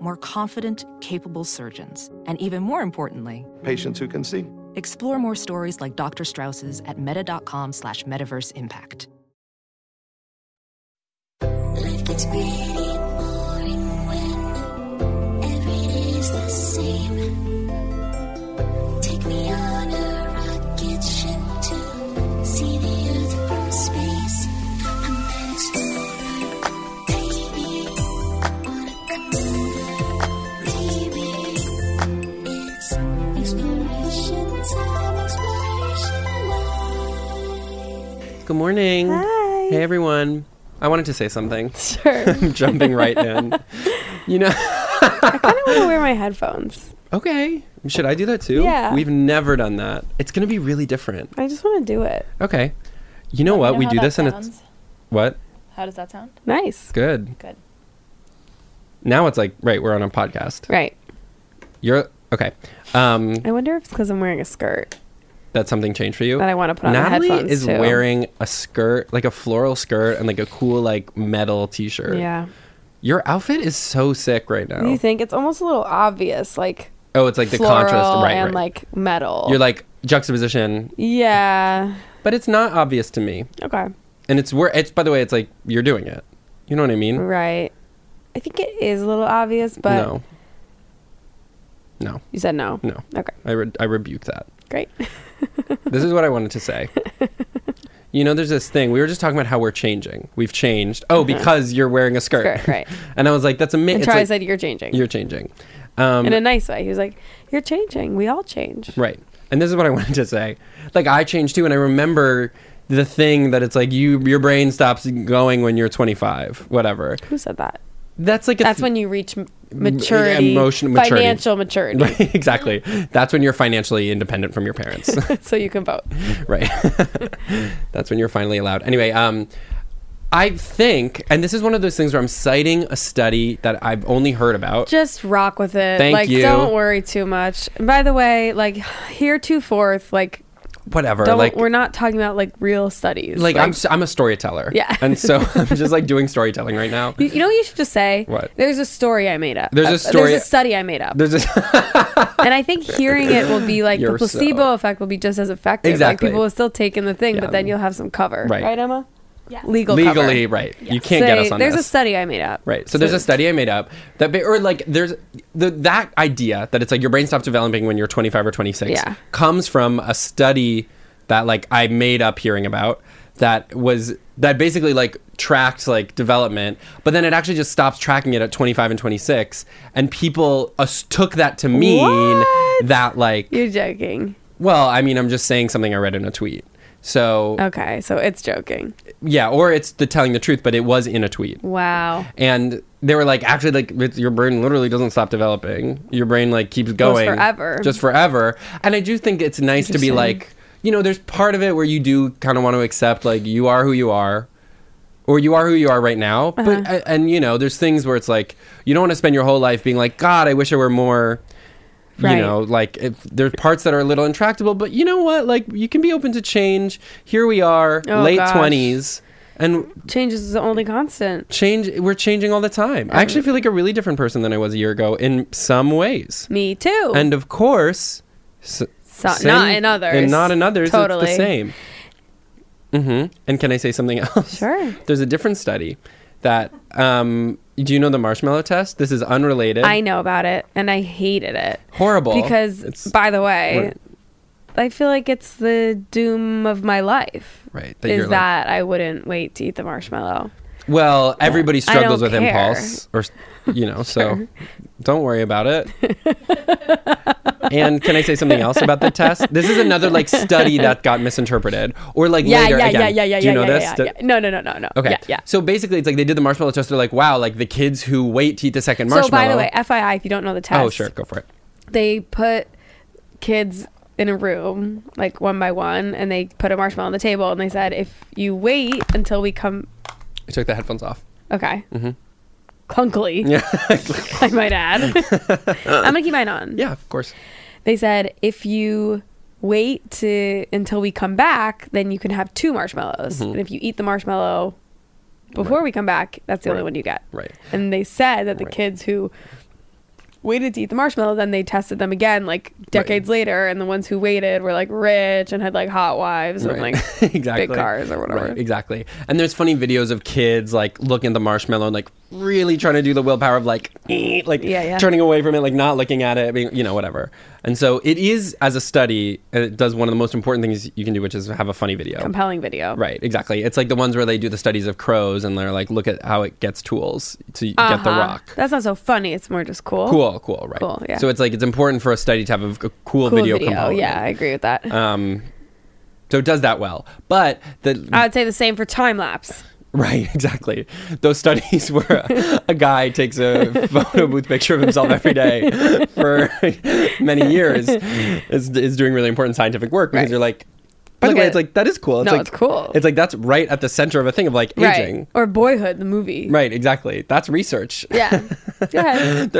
More confident, capable surgeons. And even more importantly, Patients who can see. explore more stories like Dr. Strauss's at meta.com slash metaverse impact. Life gets pretty boring when every day's the same. Take me on a rocket ship to see the Earth from space. I'm an explorer, baby. On a computer, baby. It's exploration time, exploration life. Good morning. Hi. Hey everyone. I wanted to say something. Sure. I'm jumping right in. You know, I don't want to wear my headphones. okay. Should I do that too? Yeah. We've never done that. It's going to be really different. I just want to do it. Okay. You know what? know Oh, we how do that this and it's sounds? what? How does that sound? Nice. Good. Good. Now it's like, right, we're on a podcast. Right. You're okay. Um I wonder if it's because I'm wearing a skirt. that something changed for you? That I wanna put on the Natalie headphones, is too. wearing a skirt, like a floral skirt and like a cool like metal t-shirt. Yeah. Your outfit is so sick right now. You think it's almost a little obvious, like oh, it's like the floral contrast right and right. like metal. You're like juxtaposition yeah. But it's not obvious to me. Okay. And it's where it's by the way, it's like you're doing it. You know what I mean? Right. I think it is a little obvious, but no. No. you said no. No. Okay. I re- I rebuke that. Great. This is what I wanted to say. you know, there's this thing. We were just talking about how we're changing. We've changed. Oh, because you're wearing a skirt. Uh-huh. Skirt, right. and I was like, that's amazing. And Troy said, "You're changing." you're changing. Um, in a nice way. He was like, "You're changing. We all change." Right. And this is what I wanted to say. Like I changed too, and I remember the thing that it's like you your brain stops going when you're 25, whatever. Who said that? That's like a That's th- when you reach m- maturity, emotion- maturity. financial maturity, Right, exactly. That's when you're financially independent from your parents. so you can vote. right. That's when you're finally allowed. Anyway, um, I think, and this is one of those things where I'm citing a study that I've only heard about. just rock with it. Thank like, you. don't worry too much. And by the way, like heretofore, like Whatever. don't like, we're not talking about like real studies. like, I'm, s- I'm a storyteller. Yeah. and so I'm just like doing storytelling right now. you, you know what you should just say? What? There's a story I made up. There's a Uh, story- There's a study I made up. There's a and I think hearing it will be like You're the placebo so- effect will be just as effective. Exactly. Like people will still take in the thing, Yeah. but then you'll have some cover. Right. Emma? Yeah. Legal cover. legally right. You can't get Say, us on There's this. a study I made up. Right. So there's a study I made up that, ba- or like there's the, that idea that it's like your brain stops developing when you're 25 or 26 Yeah. comes from a study that like I made up hearing about that was that basically like tracked like development, but then it actually just stops tracking it at 25 and 26, and people us took that to mean What? that like You're joking. well, I mean I'm just saying something I read in a tweet. So Okay, so it's joking. yeah, or it's the telling the truth, but it was in a tweet Wow. and they were like actually like it's, your brain literally doesn't stop developing your brain like keeps going forever. just forever and i do think it's nice to be Interesting. like you know there's part of it where you do kind of want to accept like you are who you are or you are who you are right now Uh-huh. but a- and you know there's things where it's like you don't want to spend your whole life being like god i wish i were more Right. you know like if there's parts that are a little intractable but you know what like you can be open to change here we are Oh, late gosh. 20s and Change is the only constant. change we're changing all the time i actually feel like a really different person than i was a year ago in some ways Me too. and of course s- So, same- not in others. and not in others Totally. it's the same hmm and can i say something else Sure. there's a different study that um do you know the marshmallow test this is unrelated I know about it, and I hated it horrible because, It's- by the way, we're- I feel like it's the doom of my life. right is you're like- that I wouldn't wait to eat the marshmallow? well everybody I struggles don't with care. impulse or s- you know so don't worry about it And can I say something else about the test? This is another like study that got misinterpreted or like Yeah, later yeah, again. yeah, yeah, yeah, Do you yeah, know yeah, this? yeah, The- yeah. No, no, no, no, no. Okay. Yeah, yeah. So basically, it's like they did the marshmallow test. They're like, wow, like the kids who wait to eat the second marshmallow. So by the way, FYI, if you don't know the test, oh sure, go for it. they put kids in a room, like one by one, and they put a marshmallow on the table and they said, if you wait until we come. I took the headphones off. Okay. Clunkily, Yeah, I might add. I'm going to keep mine on. yeah, of course. They said, if you wait to until we come back, then you can have two marshmallows. Mm-hmm. And if you eat the marshmallow before we come back, that's the only Right. one you get. Right. And they said that the Right. kids who waited to eat the marshmallow, then they tested them again like decades later, and the ones who waited were like rich and had like hot wives and Right. like exactly. big cars or whatever. Right, exactly. And there's funny videos of kids like looking at the marshmallow and like really trying to do the willpower of like eh, like Yeah, yeah. turning away from it, like not looking at it, being, you know, whatever. And so it is as a study, it does one of the most important things you can do, which is have a funny video. Compelling video. Right, exactly. It's like the ones where they do the studies of crows and they're like, look at how it gets tools to get the Uh-huh. rock. That's not so funny. It's more just cool. cool, cool, right. Cool, yeah. So it's like it's important for a study to have a, a cool, Cool video, video. component. Yeah, I agree with that. Um, so it does that well. But the I would say the same for time lapse. Right, exactly. Those studies where a guy takes a photo booth picture of himself every day for many years is, is doing really important scientific work because Mm. Right. you're like, by Look the way, at- it's like that is cool. It's No, like it's cool. It's like that's right at the center of a thing of like aging. Right. Or Boyhood, the movie. Right, exactly. That's research. Yeah. Go ahead.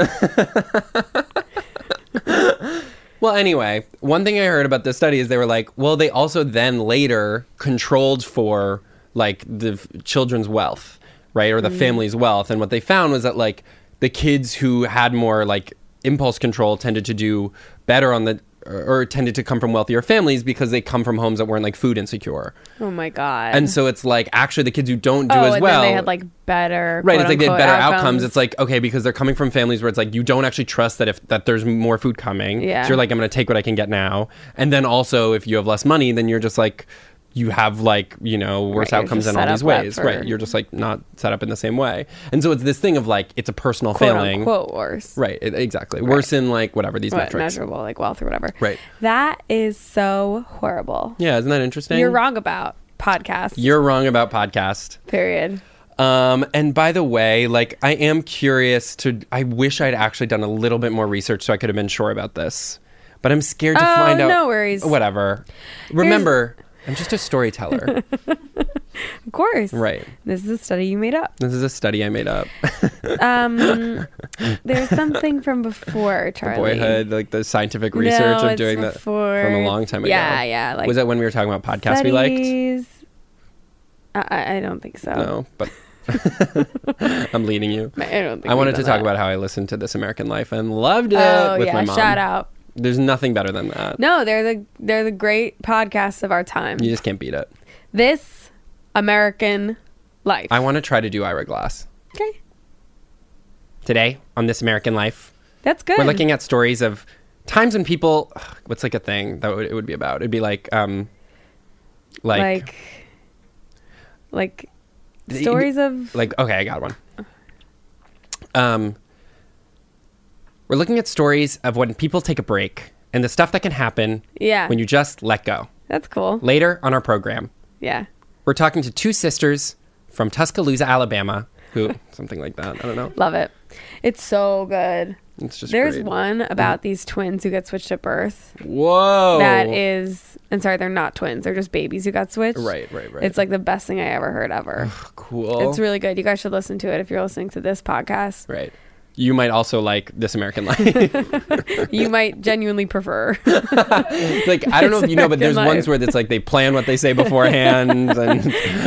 Well, anyway, one thing I heard about this study is they were like, well, they also then later controlled for like the f- children's wealth, right, or the Mm. family's wealth, and what they found was that like the kids who had more like impulse control tended to do better on the or or tended to come from wealthier families because they come from homes that weren't like food insecure. Oh my god. And so it's like actually the kids who don't do oh, as and well then they had like better right it's like they had quote-unquote, better outcomes. it's like okay because they're coming from families where it's like you don't actually trust that if that there's more food coming Yeah. so you're like i'm gonna take what i can get now and then also if you have less money then you're just like you have like you know worse Right, you're outcomes just in all set these up left ways for- right you're just like not set up in the same way and so it's this thing of like it's a personal quote failing unquote worse. right it- exactly worse in like whatever these What, metrics measurable like wealth or whatever. Right. That is so horrible. yeah isn't that interesting You're wrong about podcasts. you're wrong about podcast period. Um, and by the way, like I am curious to. I wish I'd actually done a little bit more research so I could have been sure about this. But I'm scared to Oh, find out. no worries. Whatever. Remember, I'm just a storyteller, Of course. right? This is a study you made up. This is a study I made up. Um there's something from before, Charlie. Boyhood, like the scientific research No, of it's doing that from a before- long time ago. Yeah, yeah, like- was that when we were talking about podcasts we liked? Studies- I- I, I don't think so. No, but I'm leading you. I don't think I wanted to we've talk done about how I listened to This American Life and loved it that. Oh with my yeah, mom. shout out. There's nothing better than that. No, they're the they're the great podcasts of our time. You just can't beat it. This American Life. I want to try to do Ira Glass okay, today on This American Life. that's good. We're looking at stories of times when people. ugh, What's like a thing that would, it would be about? It'd be like, um, like, like like, The- stories of like okay, I got one. Um, we're looking at stories of when people take a break and the stuff that can happen yeah. when you just let go. that's cool. Later on our program, Yeah, we're talking to two sisters from Tuscaloosa, Alabama, who something like that. I don't know. love it. It's so good. It's just There's great. one about these twins who got switched at birth. Whoa, That is, and sorry, they're not twins. They're just babies who got switched. Right, right, right. It's like the best thing I ever heard ever. cool. it's really good. You guys should listen to it if you're listening to this podcast. Right. You might also like This American Life. You might genuinely prefer. like I don't know if you know, but there's ones American Life. where it's like they plan what they say beforehand, and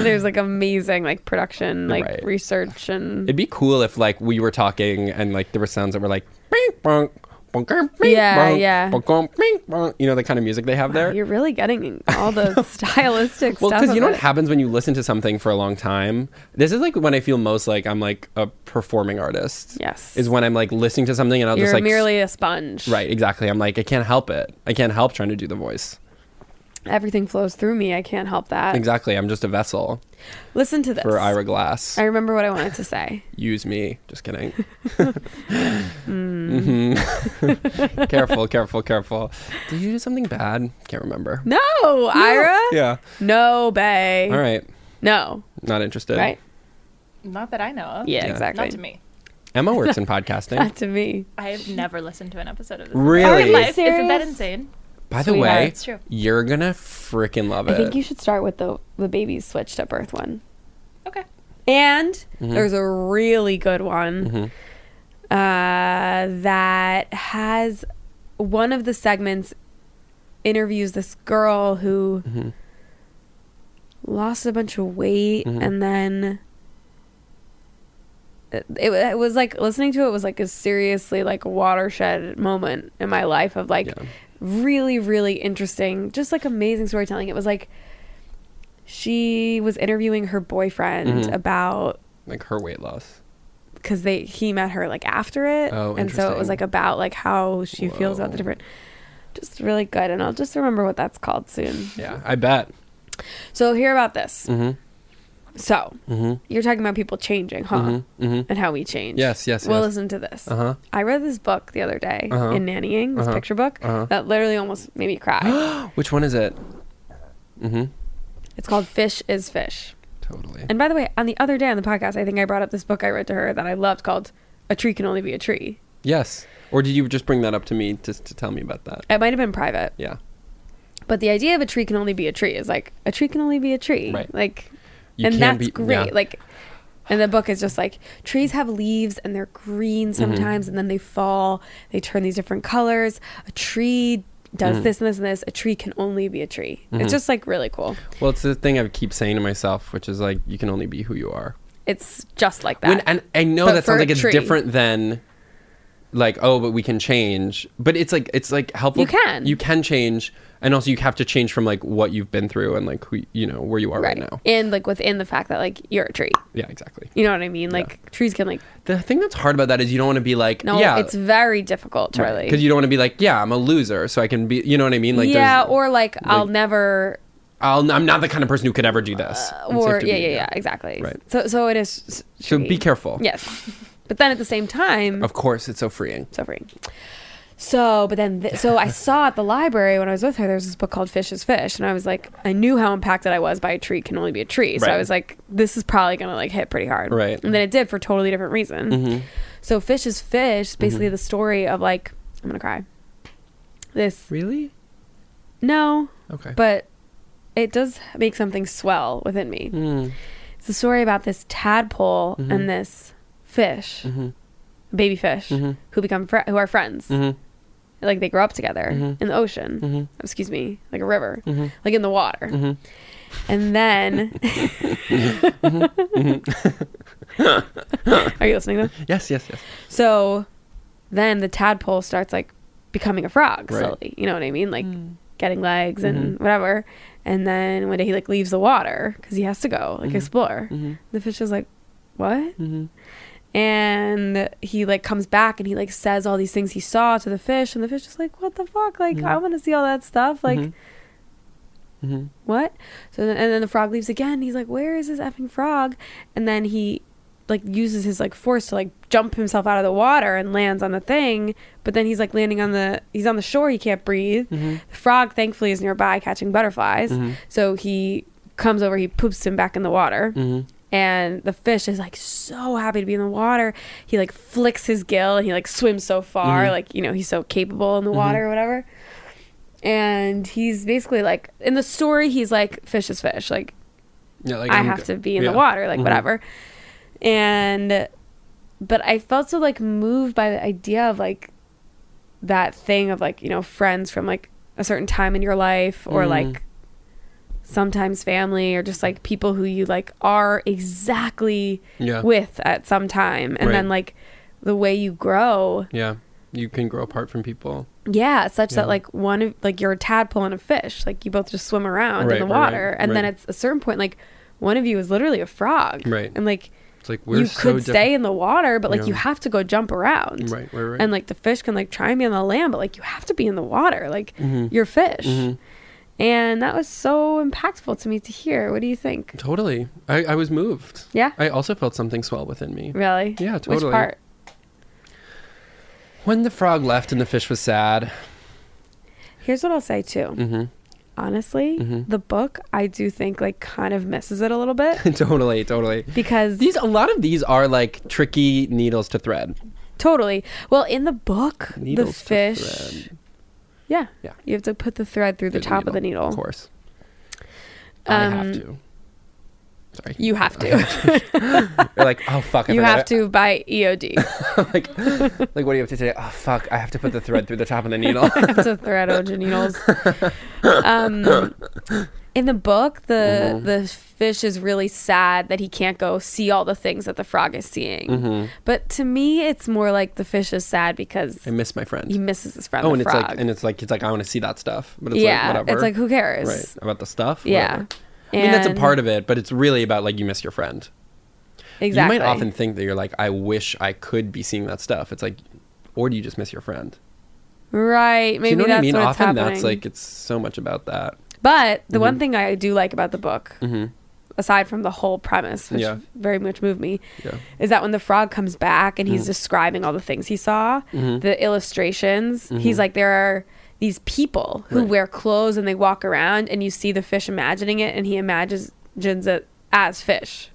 There's like amazing like production, like Right. research and it'd be cool if like we were talking and like there were sounds that were like bing bong. bonk, bing, Yeah, bonk, yeah. bonk, bing, bonk. You know the kind of music they have there. You're really getting all the stylistic well, stuff. because you of know what it. happens when you listen to something for a long time. This is like when I feel most like I'm like a performing artist. Yes. Is when I'm like listening to something and I'll You're just like merely a sponge. right exactly. I'm like I can't help it. I can't help trying to do the voice. Everything flows through me. I can't help that. Exactly. I'm just a vessel Listen to this. for Ira Glass. I remember what I wanted to say. use me. Just kidding. hmm Mm. careful, careful, careful. Did you do something bad? Can't remember. No, Ira. Yeah. No, Bay. All right. No. Not interested. Right? Not that I know of. Yeah, exactly. Not to me. Emma works in podcasting. Not to me. I have never listened to an episode of this. Really? in my Are you life. Isn't that serious? insane? By the Sweet. way, Yeah, that's true. you're gonna freaking love it. I think you should start with the the baby's switched at birth one. Okay. And there's a really good one uh, that has one of the segments interviews this girl who lost a bunch of weight and then it, it, wa- it was like listening to it was like a seriously like watershed moment in my life of like Yeah. really really interesting just like amazing storytelling it was like she was interviewing her boyfriend about like her weight loss. because they he met her like after it Oh, and so it interesting. was like about like how she feels about Whoa. the different just really good and i'll just remember what that's called soon Yeah, I bet. so hear about this Mhm. so Mm-hmm. you're talking about people changing huh and how we change Yes, yes, well yes. listen to this Uh huh. i read this book the other day Uh-huh. in nannying this Uh-huh. picture book Uh-huh. that literally almost made me cry Which one is it? it's called fish is fish Totally. And by the way, on the other day on the podcast, I think I brought up this book I read to her that I loved called A Tree Can Only Be a Tree. yes. Or did you just bring that up to me just to tell me about that? It might have been private, Yeah. but the idea of a tree can only be a tree is like a tree can only be a tree. Right. Like You and can't that's be- great. yeah. Like and the book is just like trees have leaves and they're green Mm-hmm. sometimes and then they fall, they turn these different colors. A tree does Mm. this and this and this. A tree can only be a tree. Mm-hmm. It's just like really cool. Well, it's the thing I keep saying to myself, which is like, you can only be who you are. It's just like that. When, and I know But that for sounds a like it's tree. different than, like, oh, but we can change. But it's like it's like helpful. You can. You can change, and also you have to change from like what you've been through and like who you know where you are right, now. And like within the fact that like you're a tree. Yeah, exactly. You know what I mean? Like trees can like The thing that's hard about that is you don't want to be like, No, yeah, it's very difficult, Charlie. because you don't want to be like, yeah, I'm a loser, so I can be. You know what I mean? Like, yeah, there's- or like, I'll never, I'll, I'm not the kind of person who could ever do this. It's like Uh, or to yeah, be- yeah, yeah, exactly. Right. So, so it is. s- So be tricky. careful. Yes, but then at the same time, Of course, it's so freeing. suffering. So, but then, th- so I saw at the library when I was with her. There's this book called Fish is Fish, and I was like, I knew how impacted I was by a tree can only be a tree. So Right. I was like, this is probably gonna like hit pretty hard. Right. Mm-hmm. And then it did for totally different reason. So Fish is Fish, is basically the story of like, I'm gonna cry. This Really? no, Okay. but it does make something swell within me. Mm. It's a story about this tadpole and this fish, baby fish, who become fr- who are friends. Like they grow up together in the ocean. Excuse me, like a river, like in the water. And then, are you listening? Though? Yes, yes, yes. So then the tadpole starts like becoming a frog Right. slowly. You know what I mean? Like getting legs and whatever. And then one day he like leaves the water because he has to go like explore. The fish is like, what? And he like comes back and he like says all these things he saw to the fish, and the fish is like, what the fuck? Like I want to see all that stuff. Like. What? So then, and then the frog leaves again. He's like, "Where is this effing frog?" And then he like uses his like force to like jump himself out of the water and lands on the thing but then he's like landing on the he's on the shore he can't breathe the frog thankfully is nearby catching butterflies so he comes over he poops him back in the water and the fish is like so happy to be in the water he like flicks his gill and he like swims so far like you know he's so capable in the water or whatever and he's basically like in the story he's like fish is fish like Yeah, like I I'm have go- to be in yeah. Mm-hmm. the water, like whatever. And but I felt so like moved by the idea of like that thing of like, you know, friends from like a certain time in your life or Mm-hmm. like sometimes family or just like people who you like are exactly Yeah. with at some time and Right. then like the way you grow Yeah, you can grow apart from people. yeah, such Yeah. that like one of like you're a tadpole and a fish, like you both just swim around Right, in the right, right, water, and then right. at a certain point, like one of you is literally a frog, Right. And like It's like we're you so could different. stay in the water, but like Yeah. you have to go jump around, Right, right, right. And like the fish can like try and be on the land, but like you have to be in the water, like Mm-hmm. you're fish, and that was so impactful to me to hear. What do you think? Totally. I, I was moved. Yeah? I also felt something swell within me. Really? Yeah, Which totally. part? When the frog left and the fish was sad. Here's what I'll say too. Mm-hmm. Honestly, the book I do think like kind of misses it a little bit. totally, totally. Because These a lot of these are like tricky needles to thread. Totally. Well, in the book, Needles the to fish Yeah. Yeah. You have to put the thread through the, top of the needle. Of course. I have Um, to. Sorry. You have to. You're like, oh fuck. I you forgot have it." to E by EOD. like, like, what do you have to today? Oh fuck, I have to put the thread through the top of the needle. That's a thread of genitals. Um, in the book, the Mm-hmm. the fish is really sad that he can't go see all the things that the frog is seeing. Mm-hmm. But to me, it's more like the fish is sad because I miss my he friend. misses his friend. Oh, the and it's frog. like, and it's like, it's like, I want to see that stuff, but it's like, yeah, whatever. it's like who cares? right about the stuff. Yeah. whatever. I mean, that's a And- part of it, but it's really about like you miss your friend. Exactly. You might often think that you're like, I wish I could be seeing that stuff. It's like, or do you just miss your friend? right. do you Maybe know what that's I mean? what's often happening. that's like, mm-hmm. it's so much about that. But the one thing I do like about the book, Mhm. aside from the whole premise, which Yeah. very much moved me, Yeah. Mm-hmm. is that when the frog comes back and he's describing all the things he saw, the illustrations, he's like, there are these people who Mm-hmm. Right. wear clothes and they walk around, and you see the fish imagining it, and he imagines imagines it as fish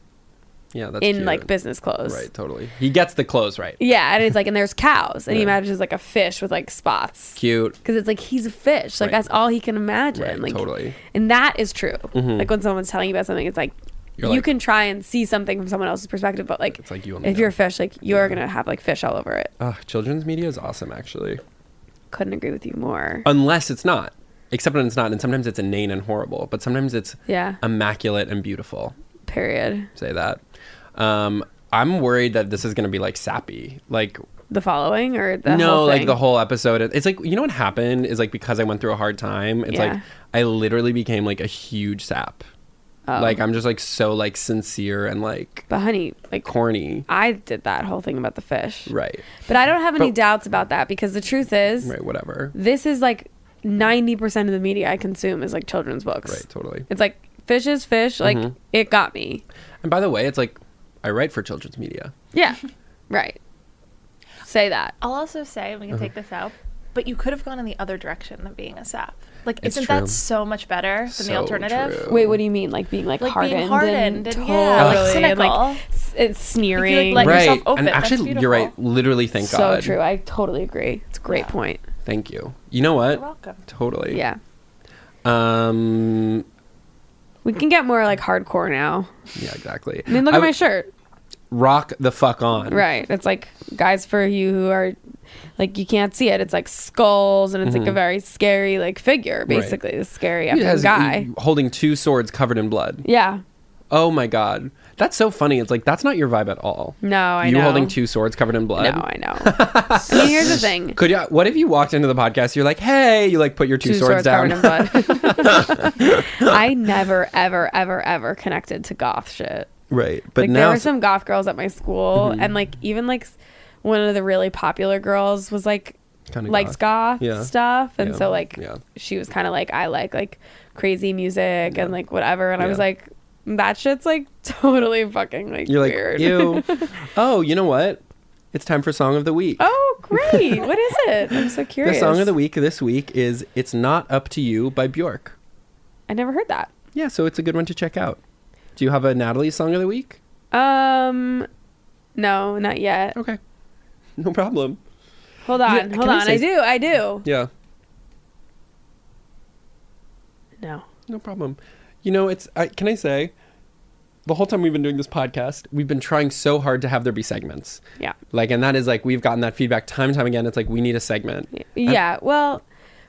Yeah, that's in cute. like business clothes. Right, totally. He gets the clothes right. Yeah, and it's like, and there's cows, and he Right. imagines like a fish with like spots. Cute. Because it's like he's a fish. Like Right. that's all he can imagine. Right, like totally. Mm-hmm. And that is true. Like when someone's telling you about something, it's like You're you like- can try and see something from someone else's perspective, but like, It's like you if only know. you're a fish, like you're gonna have like fish all over it. Ugh, children's media is awesome, actually. Couldn't agree with you more. Unless it's not. Except when it's not, and sometimes it's inane and horrible, but sometimes it's Yeah. immaculate and beautiful. Period. Say that. Um, I'm worried that this is going to be like sappy. Like The following or the no, whole like thing? the whole episode. It's like you know what happened is like because I went through a hard time. It's Yeah. like I literally became like a huge sap. Oh. Like I'm just like so like sincere and like But honey, like corny. I did that whole thing about the fish, Right. but I don't have any But- doubts about that because the truth is, Right. Whatever. this is like ninety percent of the media I consume is like children's books. Right. Totally. Mm-hmm. It's like fish is fish. Like it got me. And by the way, it's like I write for children's media. Yeah. right. Say that. I'll also say, we can Uh-huh. take this out, but you could have gone in the other direction than being a sap. Like, It's isn't true. that so much better than So the alternative? true. Wait, what do you mean? Like being like, Like hardened, being hardened and and, totally yeah, like, and, like, cynical. s- it's sneering. let yourself right. open, And that's actually, you're right. beautiful. Literally, thank so God. true. I totally agree. It's a great point. Thank you. You know what? You're welcome. Totally. Yeah, Um. we can get more like hardcore now. Yeah. Exactly. I mean, look at my shirt. Rock the fuck on. Right. It's like guys for you who are like you can't see it. It's like skulls and it's Mm-hmm. like a very scary like figure basically. This scary He effing has- guy. he- holding two swords covered in blood. yeah. Oh my god, that's so funny. It's like that's not your vibe at all. No, I you know. holding two swords covered in blood. No, I know. I mean, here's the thing. Could you? What if you walked into the podcast? You're like, hey, you like put your two, two swords, swords, down. covered in blood. I never, ever, ever, ever connected to goth shit. right, but like there now Mm-hmm. were some goth girls at my school, and like even like s- one of the really popular girls was like Kinda likes goth, Yeah. stuff, and Yeah. so like Yeah. she was kind of like I like like crazy music and like whatever, and I was Yeah. like that shit's like totally fucking like you're like, weird. ew. oh, you know what? It's time for song of the week. oh great, what is it? I'm so the curious. song of the week this week is "It's Not Up to You" by Bjork. I never heard that. Yeah, so it's a good one to check out. Do you have a Natalie song of the week? Um, no, not yet. Okay, no problem. Hold on, can hold I on. I say- do, I do. Yeah. No. No problem. You know, it's I, can I say, the whole time we've been doing this podcast, we've been trying so hard to have there be segments. Yeah. Like, and that is like we've gotten that feedback time and time again. It's like we need a segment. Yeah. Well,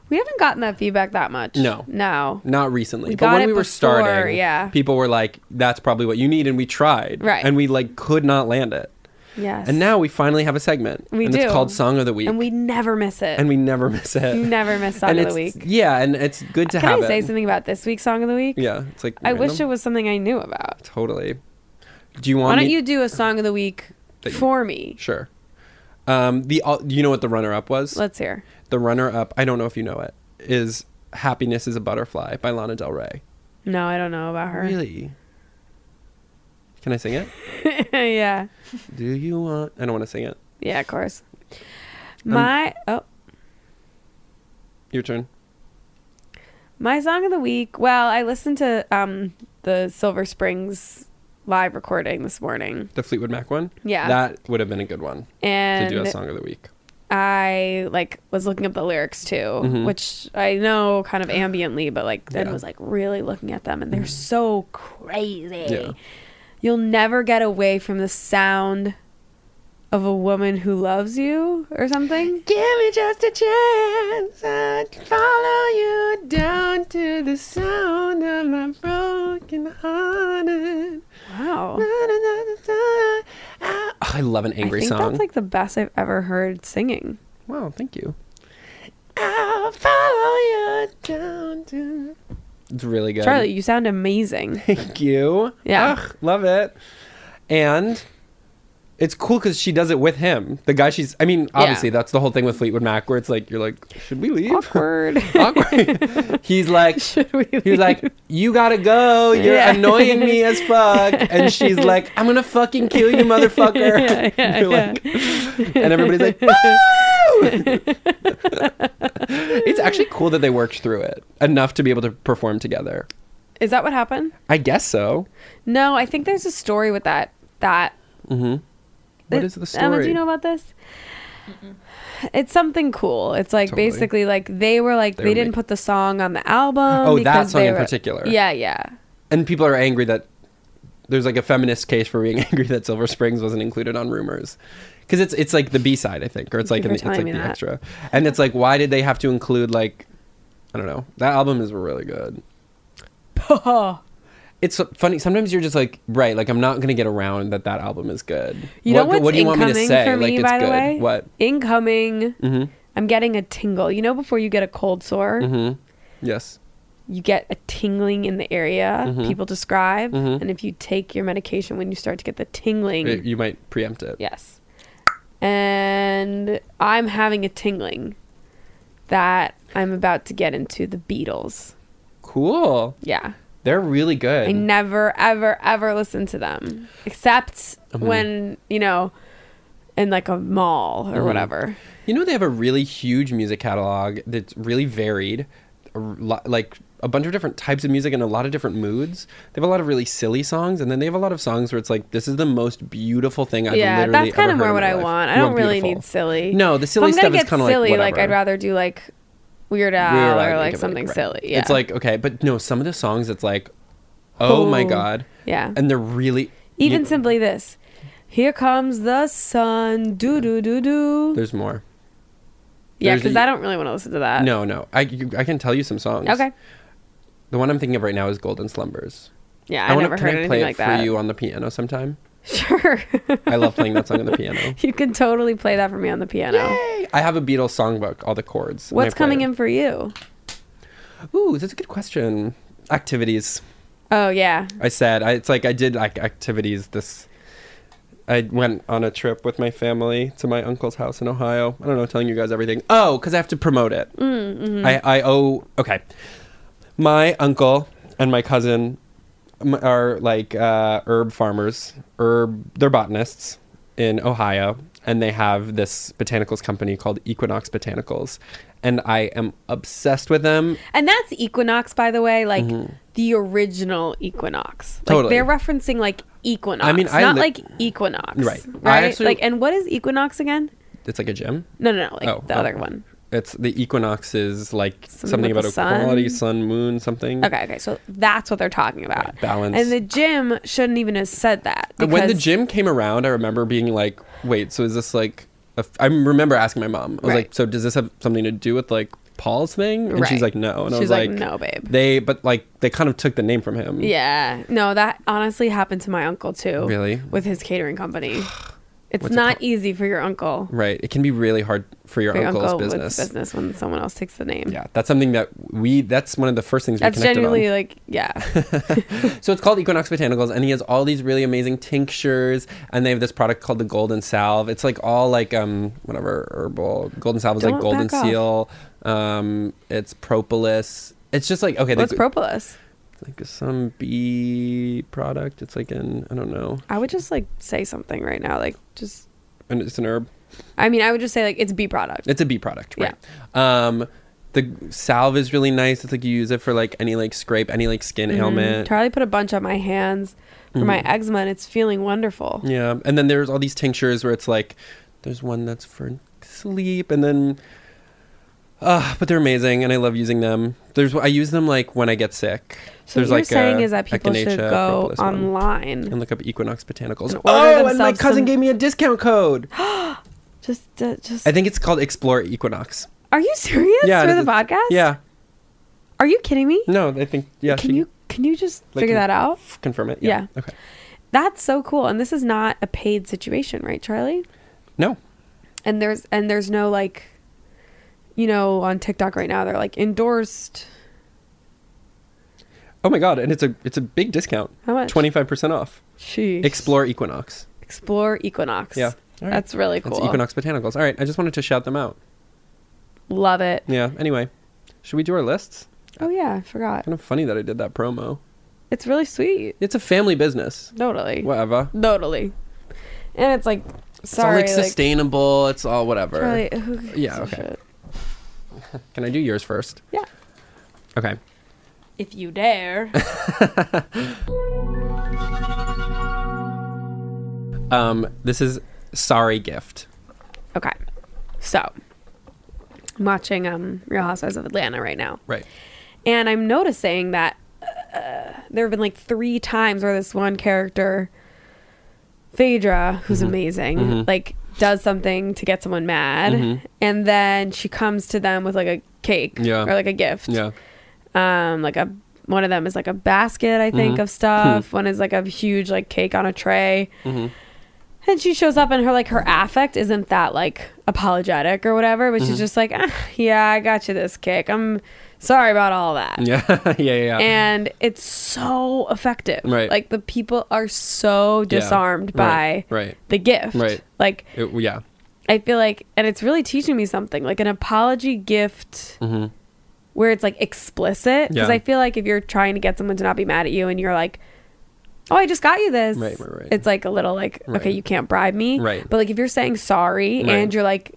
we haven't gotten that feedback that much. No. No. Not recently, We but got when it we were before, starting, yeah. people were like, "That's probably what you need," and we tried, Right. And we like could not land it, Yes. and now we finally have a segment. We and do. It's called Song of the Week, and we never miss it. and we never miss it. You never miss Song and of the it's- Week. Yeah, and it's good to Can have I say it. something about this week's song of the week? Yeah, it's like I wish it random. was something I knew about. totally. Do you want? Why don't me- you do a song of the week That you- for me? Sure. Um, the uh, you know what the runner up was? Let's hear. the runner up. I don't know if you know it. Is "Happiness Is a Butterfly" by Lana Del Rey. No, I don't know about her. Really? Can I sing it? yeah. Do you want? I don't want to sing it. Yeah, of course. Um, My oh, Your turn. my song of the week. Well, I listened to um the Silver Springs live recording this morning. The Fleetwood Mac one. Yeah. That would have been a good one And to do a song of the week. I like was looking up the lyrics too, which I know kind of ambiently, but like then Mm-hmm. Yeah. Mm-hmm. was like really looking at them, and they're so crazy. Yeah. You'll never get away from the sound of a woman who loves you or something. Give me just a chance. I follow you down to the sound of my broken hearted. Wow. I love an angry I think song. that's like the best I've ever heard singing. wow, thank you. I'll follow you down to. It's really good. Charlie, you sound amazing. Thank you. Yeah. Ugh, love it. And it's cool because she does it with him. The guy she's, I mean, obviously, that's the whole thing with Fleetwood Mac where it's like, you're like, should we leave? Awkward. Awkward. He's like, Should we he was like, you gotta go. You're Yeah. annoying me as fuck. And she's like, I'm gonna fucking kill you, motherfucker. Yeah, yeah, And you're like- and everybody's like, "Woo!" it's actually cool that they worked through it enough to be able to perform together. Is that what happened? I guess so. No, I think there's a story with that. That Mm-hmm. What is the story? Emma, do you know about this? It's something cool. It's like Totally. basically like they were like They they, were didn't make- put the song on the album. Oh, that because song they in particular. Yeah, yeah. and people are angry that there's like a feminist case for being angry that Silver Springs wasn't included on Rumors. Because it's it's like the B side, I think, or it's like Thank in the, you for it's like telling the me that. extra, and it's like why did they have to include like I don't know that album is really good. it's funny sometimes you're just like right like I'm not gonna get around that that album is good. You know what, what's what do you want incoming me to say? for me, like it's by good. the way? What? Incoming. Mhm. I'm getting a tingle. You know, before you get a cold sore, Mm-hmm. Yes. you get a tingling in the area. People describe, and if you take your medication when you start to get the tingling, It- you might preempt it. Yes. And I'm having a tingling that I'm about to get into the Beatles. Cool. Yeah. They're really good. I never, ever, ever listen to them except when, you know, in like a mall or whatever. You know they have a really huge music catalog that's really varied, a lo- like a bunch of different types of music and a lot of different moods. They have a lot of really silly songs, and then they have a lot of songs where it's like, "This is the most beautiful thing I've yeah, literally that's kind ever of more heard in what my I life." want. I You don't really beautiful. need silly. No, the If silly I'm gonna stuff is get kinda like silly. Like, I'd whatever. rather do like Weird Al Weird or Al, like Nickelback, something right. silly. Yeah. It's like okay, but no, some of the songs it's like, oh my Oh, god, yeah. and they're really even you- simply this. Here comes the sun. Do do do do. There's more. Yeah, There's because a- I don't really want to listen to that. No, no, I you, I can tell you some songs. Uh, Okay. The one I'm thinking of right now is Golden Slumbers. Yeah, I, wanna- never can heard I anything play like it that. for you on the piano sometime. Sure. I love playing that song on the piano. you can totally play that for me on the piano. I have a Beatles songbook, all the chords. and I What's play coming it. in for you? Ooh, that's a good question. Activities. Oh yeah. I said I, it's like I did like activities this. I went on a trip with my family to my uncle's house in Ohio. I don't know, telling you guys everything. Oh, because I have to promote it. I, I owe. Okay, my uncle and my cousin m- are like uh, herb farmers. Herb, they're botanists in Ohio, and they have this botanicals company called Equinox Botanicals, and I am obsessed with them. And that's Equinox, by the way, like the original Equinox. Like Mm-hmm. Totally. they're referencing like Equinox. I mean, I not li- like Equinox. Right. I Right. actually- Like and what is Equinox again? It's like a gym. No, no, no. Like Oh, the oh. other one. It's the equinox is like something, with about the equality, sun. sun, moon, something. Okay, okay. So that's what they're talking about. Right, balance. And the gym shouldn't even have said that. And When the because- gym came around, I remember being like, "Wait, so is this like?" a f- I remember asking my mom. I was like, Right. "So does this have something to do with like Paul's thing?" And she's like, Right. "No," and I was She's like, like, "No, babe." They, but like, they kind of took the name from him. Yeah. No, that honestly happened to my uncle too. Really? With his catering company. It's What's it not called? easy for your uncle. right. It can be really hard for your For your uncle's uncle business. with business when someone else takes the name. Yeah, that's something that we. That's one of the first things That's we connected on. genuinely like yeah. So it's called Equinox Botanicals, and he has all these really amazing tinctures, and they have this product called the Golden Salve. It's like all like um whatever herbal. Golden Salve is like Don't Golden back off. Seal. Um, it's propolis. It's just like okay, the- What's propolis? like some bee product. It's like an I don't know, I would just like say something right now. Like just and it's an herb. I mean, I would just say like it's a bee product. It's a bee product, right? Um, the salve is really nice. It's like you use it for like any like scrape, any like skin Mm-hmm. ailment. Charlie put a bunch on my hands for my Mm-hmm. eczema and it's feeling wonderful. Yeah, and then there's all these tinctures where it's like, there's one that's for sleep and then uh, but they're amazing and I love using them. There's I use them like when I get sick. So There's what you're like saying a is that people should Echinacea go propolis one. online. and look up Equinox Botanicals. And order oh, and my themselves cousin some- gave me a discount code. Just, uh, just. I think it's called Explore Equinox. Are you serious it for is- the podcast? Yeah. Are you kidding me? No, I think yeah. can she- you can you just Like, figure that out? confirm it? Yeah. Yeah. Okay. That's so cool. And this is not a paid situation, right, Charlie? No. And there's and there's no like, you know, on TikTok right now they're like endorsed. Oh my god, and it's a it's a big discount. How much? Twenty five percent off. Sheesh. Explore Equinox. Explore Equinox. Yeah. All right. That's really That's cool. Equinox Botanicals. All right, I just wanted to shout them out. Love it. Yeah. Anyway, should we do our lists? Oh yeah, I forgot. Kind of funny that I did that promo. It's really sweet. It's a family business. Totally. Whatever. Totally. And it's like It's all sorry. like sustainable. It's all whatever. Charlie, who gives Yeah, a okay. shit? Can I do yours first? Yeah. Okay. If you dare. Um, this is sorry gift. Okay. So I'm watching um Real Housewives of Atlanta right now. Right. And I'm noticing that uh, there have been like three times where this one character, Phaedra, who's Mm-hmm. amazing, like does something to get someone mad. And then she comes to them with like a cake Mm-hmm. Yeah. or like a gift. Yeah. Um, like a one of them is like a basket, I Mm-hmm. think, of stuff. One is like a huge like cake on a tray. Mm-hmm. And she shows up and her like her affect isn't that like apologetic or whatever, but Mm-hmm. she's just like, ah, yeah, I got you this cake. I'm sorry about all that Yeah. yeah. Yeah. yeah. and it's so effective. Right. Like the people are so Yeah. disarmed Right, by right. the gift. Right. Like It- yeah. I feel like, and it's really teaching me something. Like an apology gift. Where it's like explicit, because Mm-hmm. Yeah. I feel like if you're trying to get someone to not be mad at you, and you're like, "Oh, I just got you this," Right, right, right. it's like a little like, "Okay, Right. you can't bribe me," Right. But like if you're saying sorry Right. and you're like,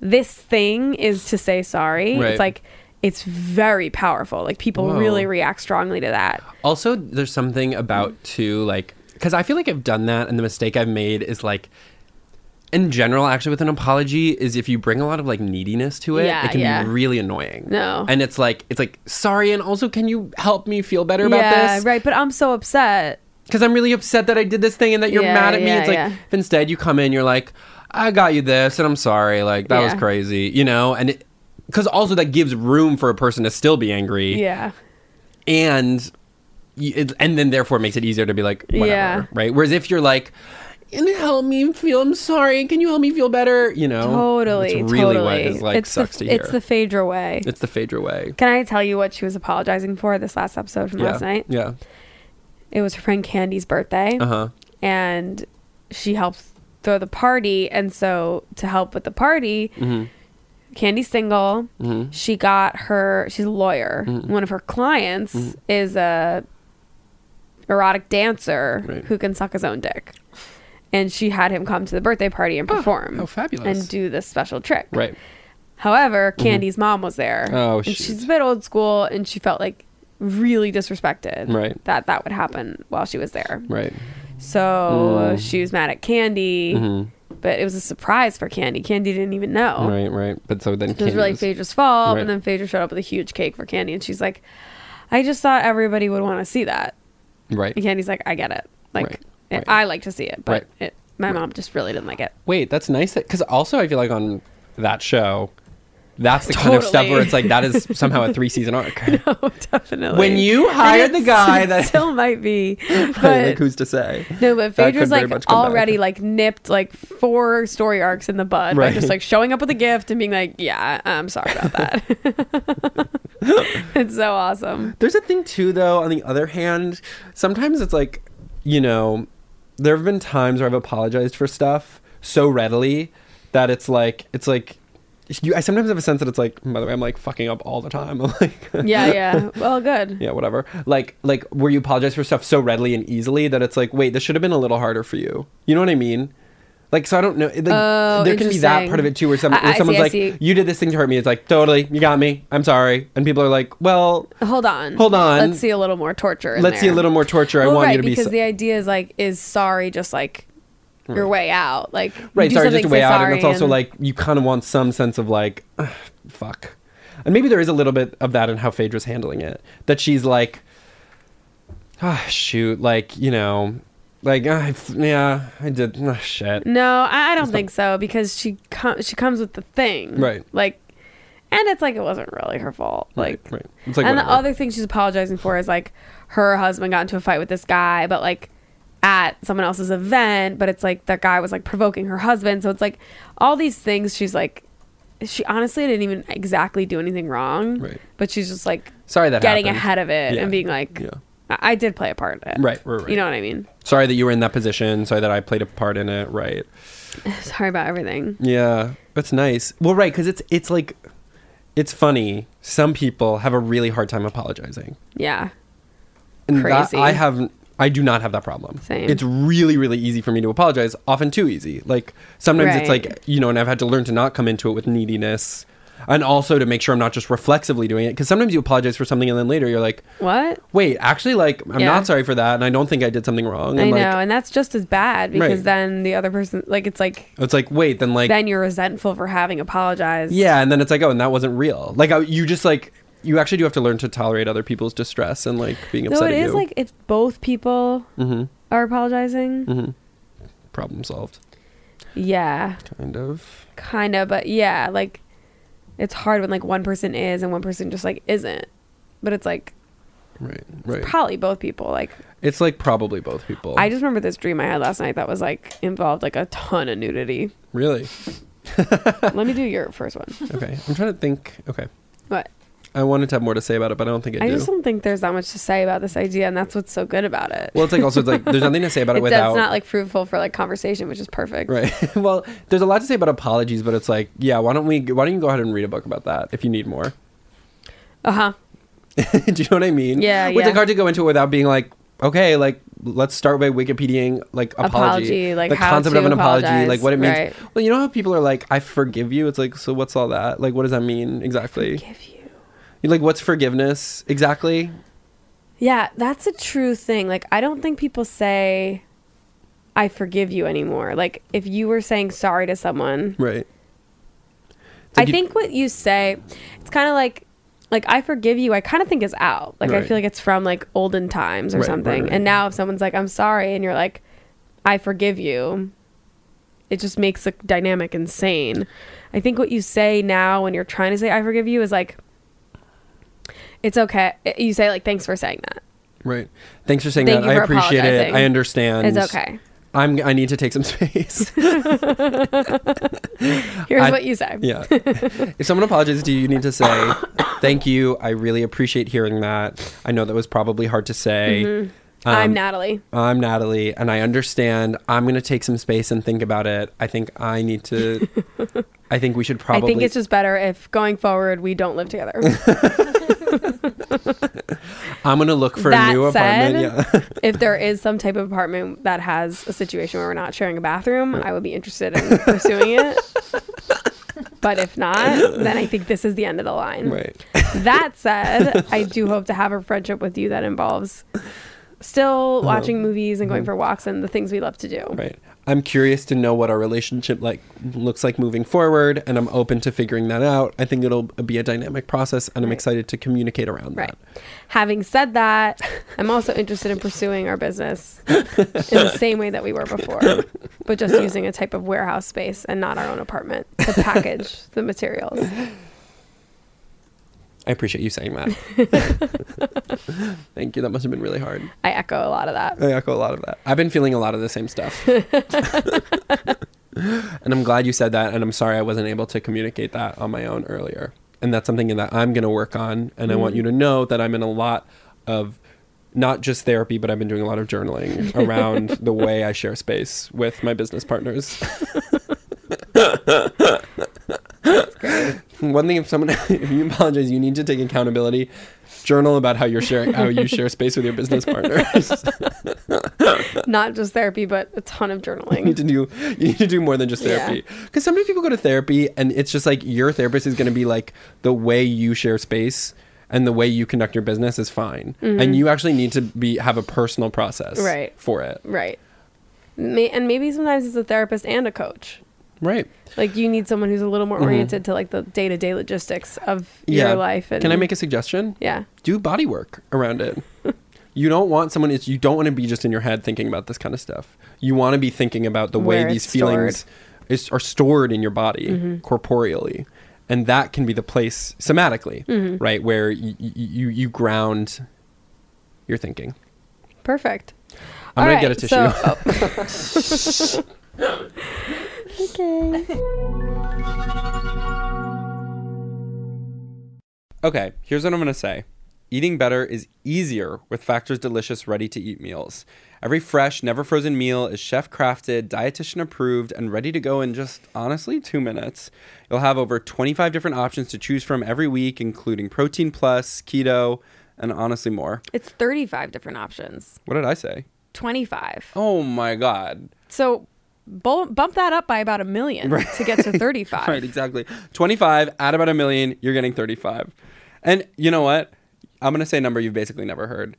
"This thing is to say sorry," Right. it's like it's very powerful. Like people Whoa. really react strongly to that. Also, there's something about too, like, because I feel like I've done that, and the mistake I've made is like, in general, actually, with an apology, is if you bring a lot of like neediness to it, Yeah, it can yeah. be really annoying. No. and it's like, it's like, sorry, and also, can you help me feel better about yeah, this? right. But I'm so upset. Because I'm really upset that I did this thing and that you're Yeah, mad at me. yeah, It's like, yeah. if instead you come in, you're like, I got you this, and I'm sorry, like that was Yeah. crazy, you know, and. because also that gives room for a person to still be angry Yeah. and y- it, and then therefore makes it easier to be like whatever, Yeah. right? Whereas if you're like, can you help me feel? I'm sorry. Can you help me feel better? You know, Totally. Oh, It's really totally. what is like it's sucks the, to hear. It's the Phaedra way. it's the Phaedra way. Can I tell you what she was apologizing for this last episode from yeah. last night? Yeah. It was her friend Candy's birthday, Uh huh. and she helped throw the party. And so to help with the party, Mm-hmm. Candy's single. She got her. She's a lawyer. Mm-hmm. One of her clients is a erotic dancer Right. who can suck his own dick, and she had him come to the birthday party and perform. how fabulous. And do this special trick. Right. However, Candy's mom was there. Mm-hmm. Oh, and shoot. she's a bit old school, and she felt like really disrespected. Right. That that would happen while she was there. Right. Mm. So she was mad at Candy, but it was a surprise for Candy. Candy didn't even know. Mm-hmm. Right. Right. But so then It was really Phaedra's fault. Right. And then Phaedra showed up with a huge cake for Candy, and she's like, I just thought everybody would want to see that. Right. And Candy's like, I get it. Like, Right, it- right. I like to see it, but Right. it, my mom just really didn't like it. Wait, that's nice. Because also, I feel like on that show, that's the kind of stuff Totally. where it's like that is somehow a three season arc. Oh, definitely. When you hired the It's- guy it that- still might be, like, but who's to say? no, That could but Phaedra's very like much come back. already like nipped like four story arcs in the bud by Right. just like showing up with a gift and being like, yeah, I'm sorry about that. it's so awesome. There's a thing too, though. On the other hand, sometimes it's like, you know, there have been times where I've apologized for stuff so readily that it's like, it's like, you, I sometimes have a sense that it's like. By the way, I'm like fucking up all the time. I'm like, Yeah, yeah. Well, good. yeah, whatever. Like, like where you apologize for stuff so readily and easily that it's like, wait, this should have been a little harder for you. You know what I mean? Like, so I don't know. Like, Oh, there can be that part of it too, where, some, I- where I someone's see, I like, see. "You did this thing to hurt me." It's like, totally, you got me. I'm sorry. And people are like, "Well, Hold on. Hold on. Let's see a little more torture. In let's see a there. little more torture. I Well, want right, you to be." because so- the idea is like, is sorry just like your way out. Like you right do sorry something, just a way say out and it's sorry, also and- like you kind of want some sense of like "Ugh, fuck and maybe there is a little bit of that in how phaedra's handling it that she's like ah shoot like you know like "Ah, I f- yeah i did ah, shit No, I, I don't think so because she com- she comes with the thing, Right. Like, and it's like it wasn't really her fault, like. right it's like and the whatever. other thing she's apologizing for is like her husband got into a fight with this guy, but like at someone else's event, but it's like that guy was like provoking her husband, so it's like all these things. She's like, she honestly didn't even exactly do anything wrong, Right. But she's just like sorry that getting happened. ahead of it Yeah. and being like, Yeah. I-, I did play a part in it, Right, right, right. You know what I mean? sorry that you were in that position sorry that i played a part in it right Sorry about everything. Yeah, that's nice. Well, right, because it's it's like it's funny. Some people have a really hard time apologizing, Yeah. and that- Crazy. I have. I do not have that problem. Same. It's really, really easy for me to apologize. Often too easy. Like sometimes it's Right. like you know, and I've had to learn to not come into it with neediness, and also to make sure I'm not just reflexively doing it. Because sometimes you apologize for something, and then later you're like, What? "Wait, actually, like I'm Yeah. not sorry for that, and I don't think I did something wrong." And I like, know, and that's just as bad because Right. then the other person, like, it's like It's like, wait, then like then you're resentful for having apologized. Yeah, and then it's like, oh, and that wasn't real. Like I, you just like you actually do have to learn to tolerate other people's distress and like being Though upset it at is you. Mm-hmm. like if both people are apologizing, Problem solved, yeah, kind of. kind of, but yeah, like it's hard when like one person is and one person just like isn't. But it's like Right, right. probably both people. Like it's like probably both people. I just remember this dream I had last night that was like involved like a ton of nudity. really Let me do your first one. okay. I'm trying to think. Okay, What? I wanted to have more to say about it, but I don't think I, I do. just don't think there's that much to say about this idea, and that's what's so good about it. well, it's like also it's like there's nothing to say about it It- without that's not like fruitful for like conversation, which is perfect. right. well, there's a lot to say about apologies, but it's like yeah, why don't we? Why don't you go ahead and read a book about that if you need more? Uh huh. do you know what I mean? Yeah, Well, It's yeah. like hard to go into it without being like, okay, like let's start by Wikipediaing like apology, Apology, like, the how concept to of an apology, apologize, like what it means. right. Well, you know how people are like, I forgive you. It's like, so what's all that? Like, what does that mean exactly? Give you. You're Like, what's forgiveness exactly? Yeah, that's a true thing. Like, I don't think people say, I forgive you anymore. Like, if you were saying sorry to someone, Right. I you- think what you say, it's kind of like, like I forgive you. I kind of think is out. Like I Right. feel like it's from like olden times or Right, right, something. right. And now if someone's like I'm sorry and you're like I forgive you, it just makes the dynamic insane. I think what you say now when you're trying to say I forgive you is like it's okay. You say like thanks for saying that. Right. Thanks for saying Thank that. you I for appreciate it. apologizing. I understand. It's okay. I'm. I need to take some space. Here's I- what you say. Yeah. if someone apologizes to you, you need to say, "Thank you. I really appreciate hearing that. I know that was probably hard to say. I'm Um, Natalie. I'm Natalie, and I understand. I'm going to take some space and think about it. I think I need to. I think we should probably. I think it's just better if going forward we don't live together. I'm going to look for a that new apartment. said, Yeah. if there is some type of apartment that has a situation where we're not sharing a bathroom, I would be interested in pursuing it. But if not, then I think this is the end of the line. right. That said, I do hope to have a friendship with you that involves still watching movies and going for walks and the things we love to do. Oh. Mm-hmm. Right. I'm curious to know what our relationship like looks like moving forward, and I'm open to figuring that out. I think it'll be a dynamic process, and I'm excited to communicate around Right. that. Having said that, I'm also interested in pursuing our business in the same way that we were before, but just using a type of warehouse space and not our own apartment to package the materials. I appreciate you saying that. Thank you. That must have been really hard. I echo a lot of that. I echo a lot of that. I've been feeling a lot of the same stuff. and I'm glad you said that. And I'm sorry I wasn't able to communicate that on my own earlier. And that's something that I'm going to work on. And I want you to know that I'm in a lot of not just therapy, but I've been doing a lot of journaling around the way I share space with my business partners. One thing, if someone, if you apologize, you need to take accountability. Journal about how you're sharing, how you share space with your business partners. Not just therapy, but a ton of you need journaling. to do you need to do more than just Yeah. therapy because sometimes people go to therapy and it's just like your therapist is going to be like the way you share space and the way you conduct your business is fine and you actually need to be have a personal process Mm-hmm. Right. for it Right. May, and maybe sometimes it's a therapist and a coach. Right. Like you need someone who's a little Mm-hmm. more oriented to like the day to day logistics of your life. And Can I make a suggestion? Yeah. Do body work around it. you don't want someone it's you don't want to be just in your head thinking about this kind of stuff. You want to be thinking about the Where way these it's Mm-hmm. feelings is, are stored in your body corporeally. And that can be the place somatically, Mm-hmm. right, where you, you you ground your thinking. Perfect. I'm All gonna get a right, tissue. so- Okay, here's what I'm going to say. Eating better is easier with Factor's delicious ready to eat meals. Every fresh, never frozen meal is chef crafted, dietitian approved, and ready to go in just honestly two minutes. You'll have over 25 different options to choose from every week, including Protein Plus, Keto, and honestly more. It's 35 different options. What did I say? 25. Oh my God. So bul- bump that up by about a million to get to 35. Right, exactly. 25, add about a million, you're getting 35. And you know what? I'm going to say a number you've basically never heard.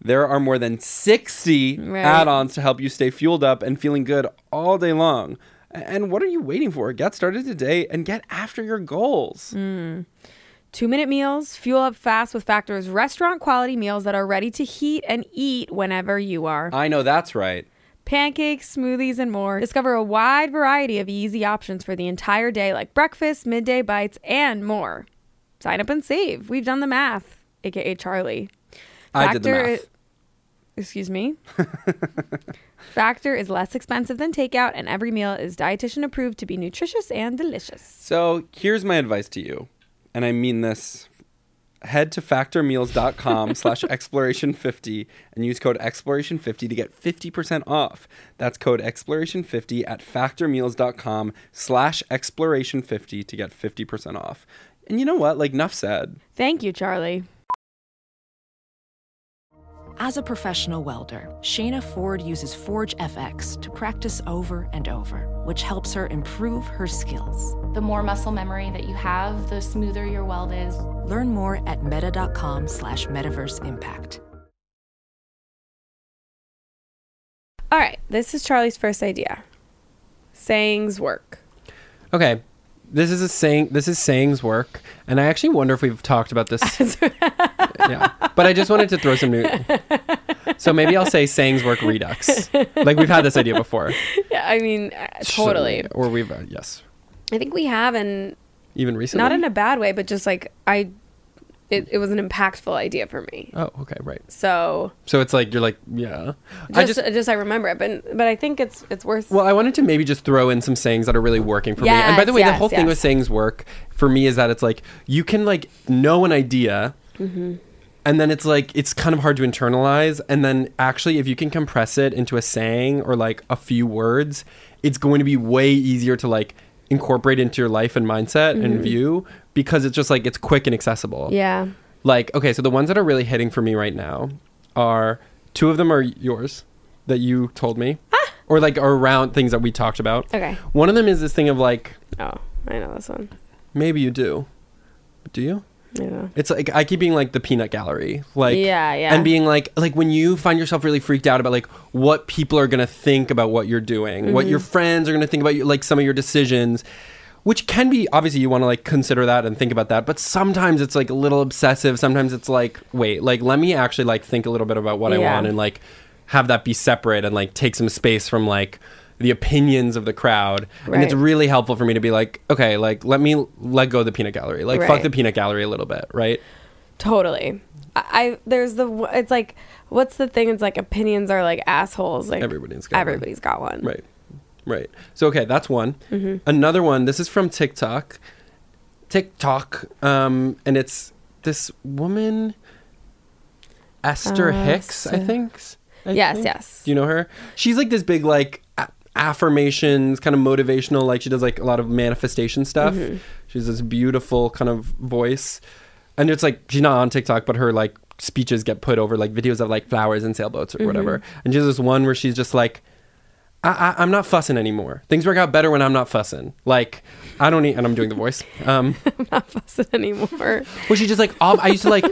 There are more than 60 Right. add ons to help you stay fueled up and feeling good all day long. A- And what are you waiting for? Get started today and get after your goals. Two minute meals, fuel up fast with Factor's restaurant quality meals that are ready to heat and eat whenever you are. I know that's right. Pancakes, smoothies, and more. Discover a wide variety of easy options for the entire day, like breakfast, midday bites, and more. Sign up and save. We've done the math, aka Charlie. I did the math. Excuse me. Factor is less expensive than takeout, and every meal is dietitian approved to be nutritious and delicious. So here's my advice to you, and I mean this. Head to factormeals.com slash exploration50 and use code exploration50 to get 50% off. That's code exploration50 at factormeals.com slash exploration50 to get 50% off. And you know what? Like, Nuff said. Thank you, Charlie. As a professional welder, Shayna Ford uses Forge FX to practice over and over, which helps her improve her skills. The more muscle memory that you have, the smoother your weld is. Learn more at meta.com slash metaverse impact. All right, this is Charlie's first idea. Sayings work. Okay. This is a saying. This is sayings work, and I actually wonder if we've talked about this. yeah, but I just wanted to throw some new. So maybe I'll say sayings work redux. Like we've had this idea before. Yeah, I mean, uh, totally. Certainly. Or we've uh, yes, I think we have, and even recently. not in a bad way, but just like I, it, it was an impactful idea for me. Oh, okay, right. So So it's like you're like yeah. just, I just, just I remember it, but but I think it's it's worth. well, I wanted to maybe just throw in some sayings that are really working for me. And by the Yes, way, the yes, whole thing yes. with sayings work for me is that it's like you can like know an idea. Mm-hmm. And then it's like it's kind of hard to internalize. And then actually, if you can compress it into a saying or like a few words, it's going to be way easier to like incorporate into your life and mindset Mm-hmm. and view because it's just like it's quick and accessible. yeah, like okay so the ones that are really hitting for me right now are two of them are yours that you told me or like are around things that we talked about Okay. one of them is this thing of like oh, I know this one. maybe you do do you I know. it's like i keep being like the peanut gallery like Yeah, yeah. and being like like when you find yourself really freaked out about like what people are gonna think about what you're doing what your Mm-hmm. friends are gonna think about you like some of your decisions which can be obviously you want to like consider that and think about that but sometimes it's like a little obsessive sometimes it's like wait like let me actually like think a little bit about what i Yeah. want and like have that be separate and like take some space from like the opinions of the crowd and it's Right. really helpful for me to be like okay like let me let go of the peanut gallery like fuck Right. the peanut gallery a little bit right Totally. I, I there's the w- it's like what's the thing? It's like opinions are like assholes. Like Everybody's got one. everybody's got one. Right. Right. So okay, that's one. Another one. This is from TikTok. TikTok. Um, and it's this woman, Esther Hicks, I think. I Yes, think. yes. Do you know her? She's like this big like a- affirmations, kind of motivational. Like she does like a lot of manifestation stuff. Mm-hmm. She's this beautiful kind of voice, and it's like she's not on TikTok, but her like speeches get put over like videos of like flowers and sailboats or whatever. Mm-hmm. And she has this one where she's just like. I, I, I'm not fussing anymore. Things work out better when I'm not fussing. Like, I don't need, and I'm doing the voice. Um, I'm not fussing anymore. well, she just like, ob- I used to like,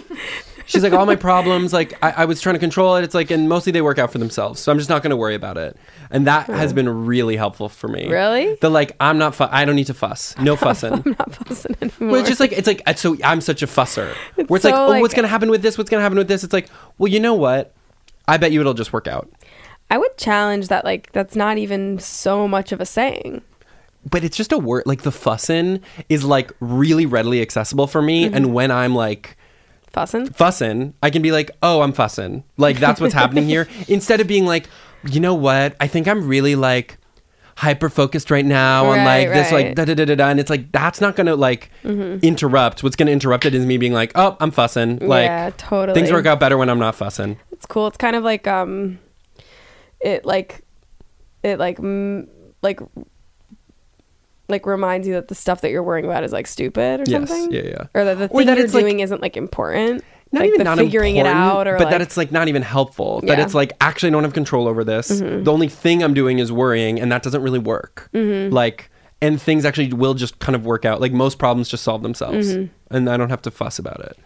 She's like, all my problems, like I, I was trying to control it. It's like, and mostly they work out for themselves. So I'm just not going to worry about it. And that has been really helpful for me. Really? The like, I'm not, fu- I don't need to fuss. No fussing. not fussing anymore. Well, it's just like it's like so I'm such a fusser. where it's like, so, oh, like- what's gonna happen with this? What's gonna happen with this? It's like, well, you know what? I bet you it'll just work out. I would challenge that. Like that's not even so much of a saying. But it's just a word like the fussin is like really readily accessible for me. Mm-hmm. And when I'm like Fussing. fussin, I can be like, oh, I'm fussin. Like that's what's happening here. Instead of being like, you know what? I think I'm really like hyper focused right now on Right, like this like right. da Mm-hmm. da da da da and it's like that's not gonna like interrupt. What's gonna interrupt it is me being like, oh, I'm fussin. Like yeah, totally. Things work out better when I'm not fussing. It's cool. It's kind of like um, it like, it like mm, like like reminds you that the stuff that you're worrying about is like stupid or Yes, something. yeah, yeah. Or that the Or thing that you're it's, like- doing isn't like important. Not like even the not figuring it important, out, or but like, that it's like not even helpful. That Yeah. Mm-hmm. it's like actually I don't have control over this. The only thing I'm doing is worrying, and that doesn't really work. Mm-hmm. Like, and things actually will just kind of work out. Like most problems just solve themselves, Mm-hmm. and I don't have to fuss about it.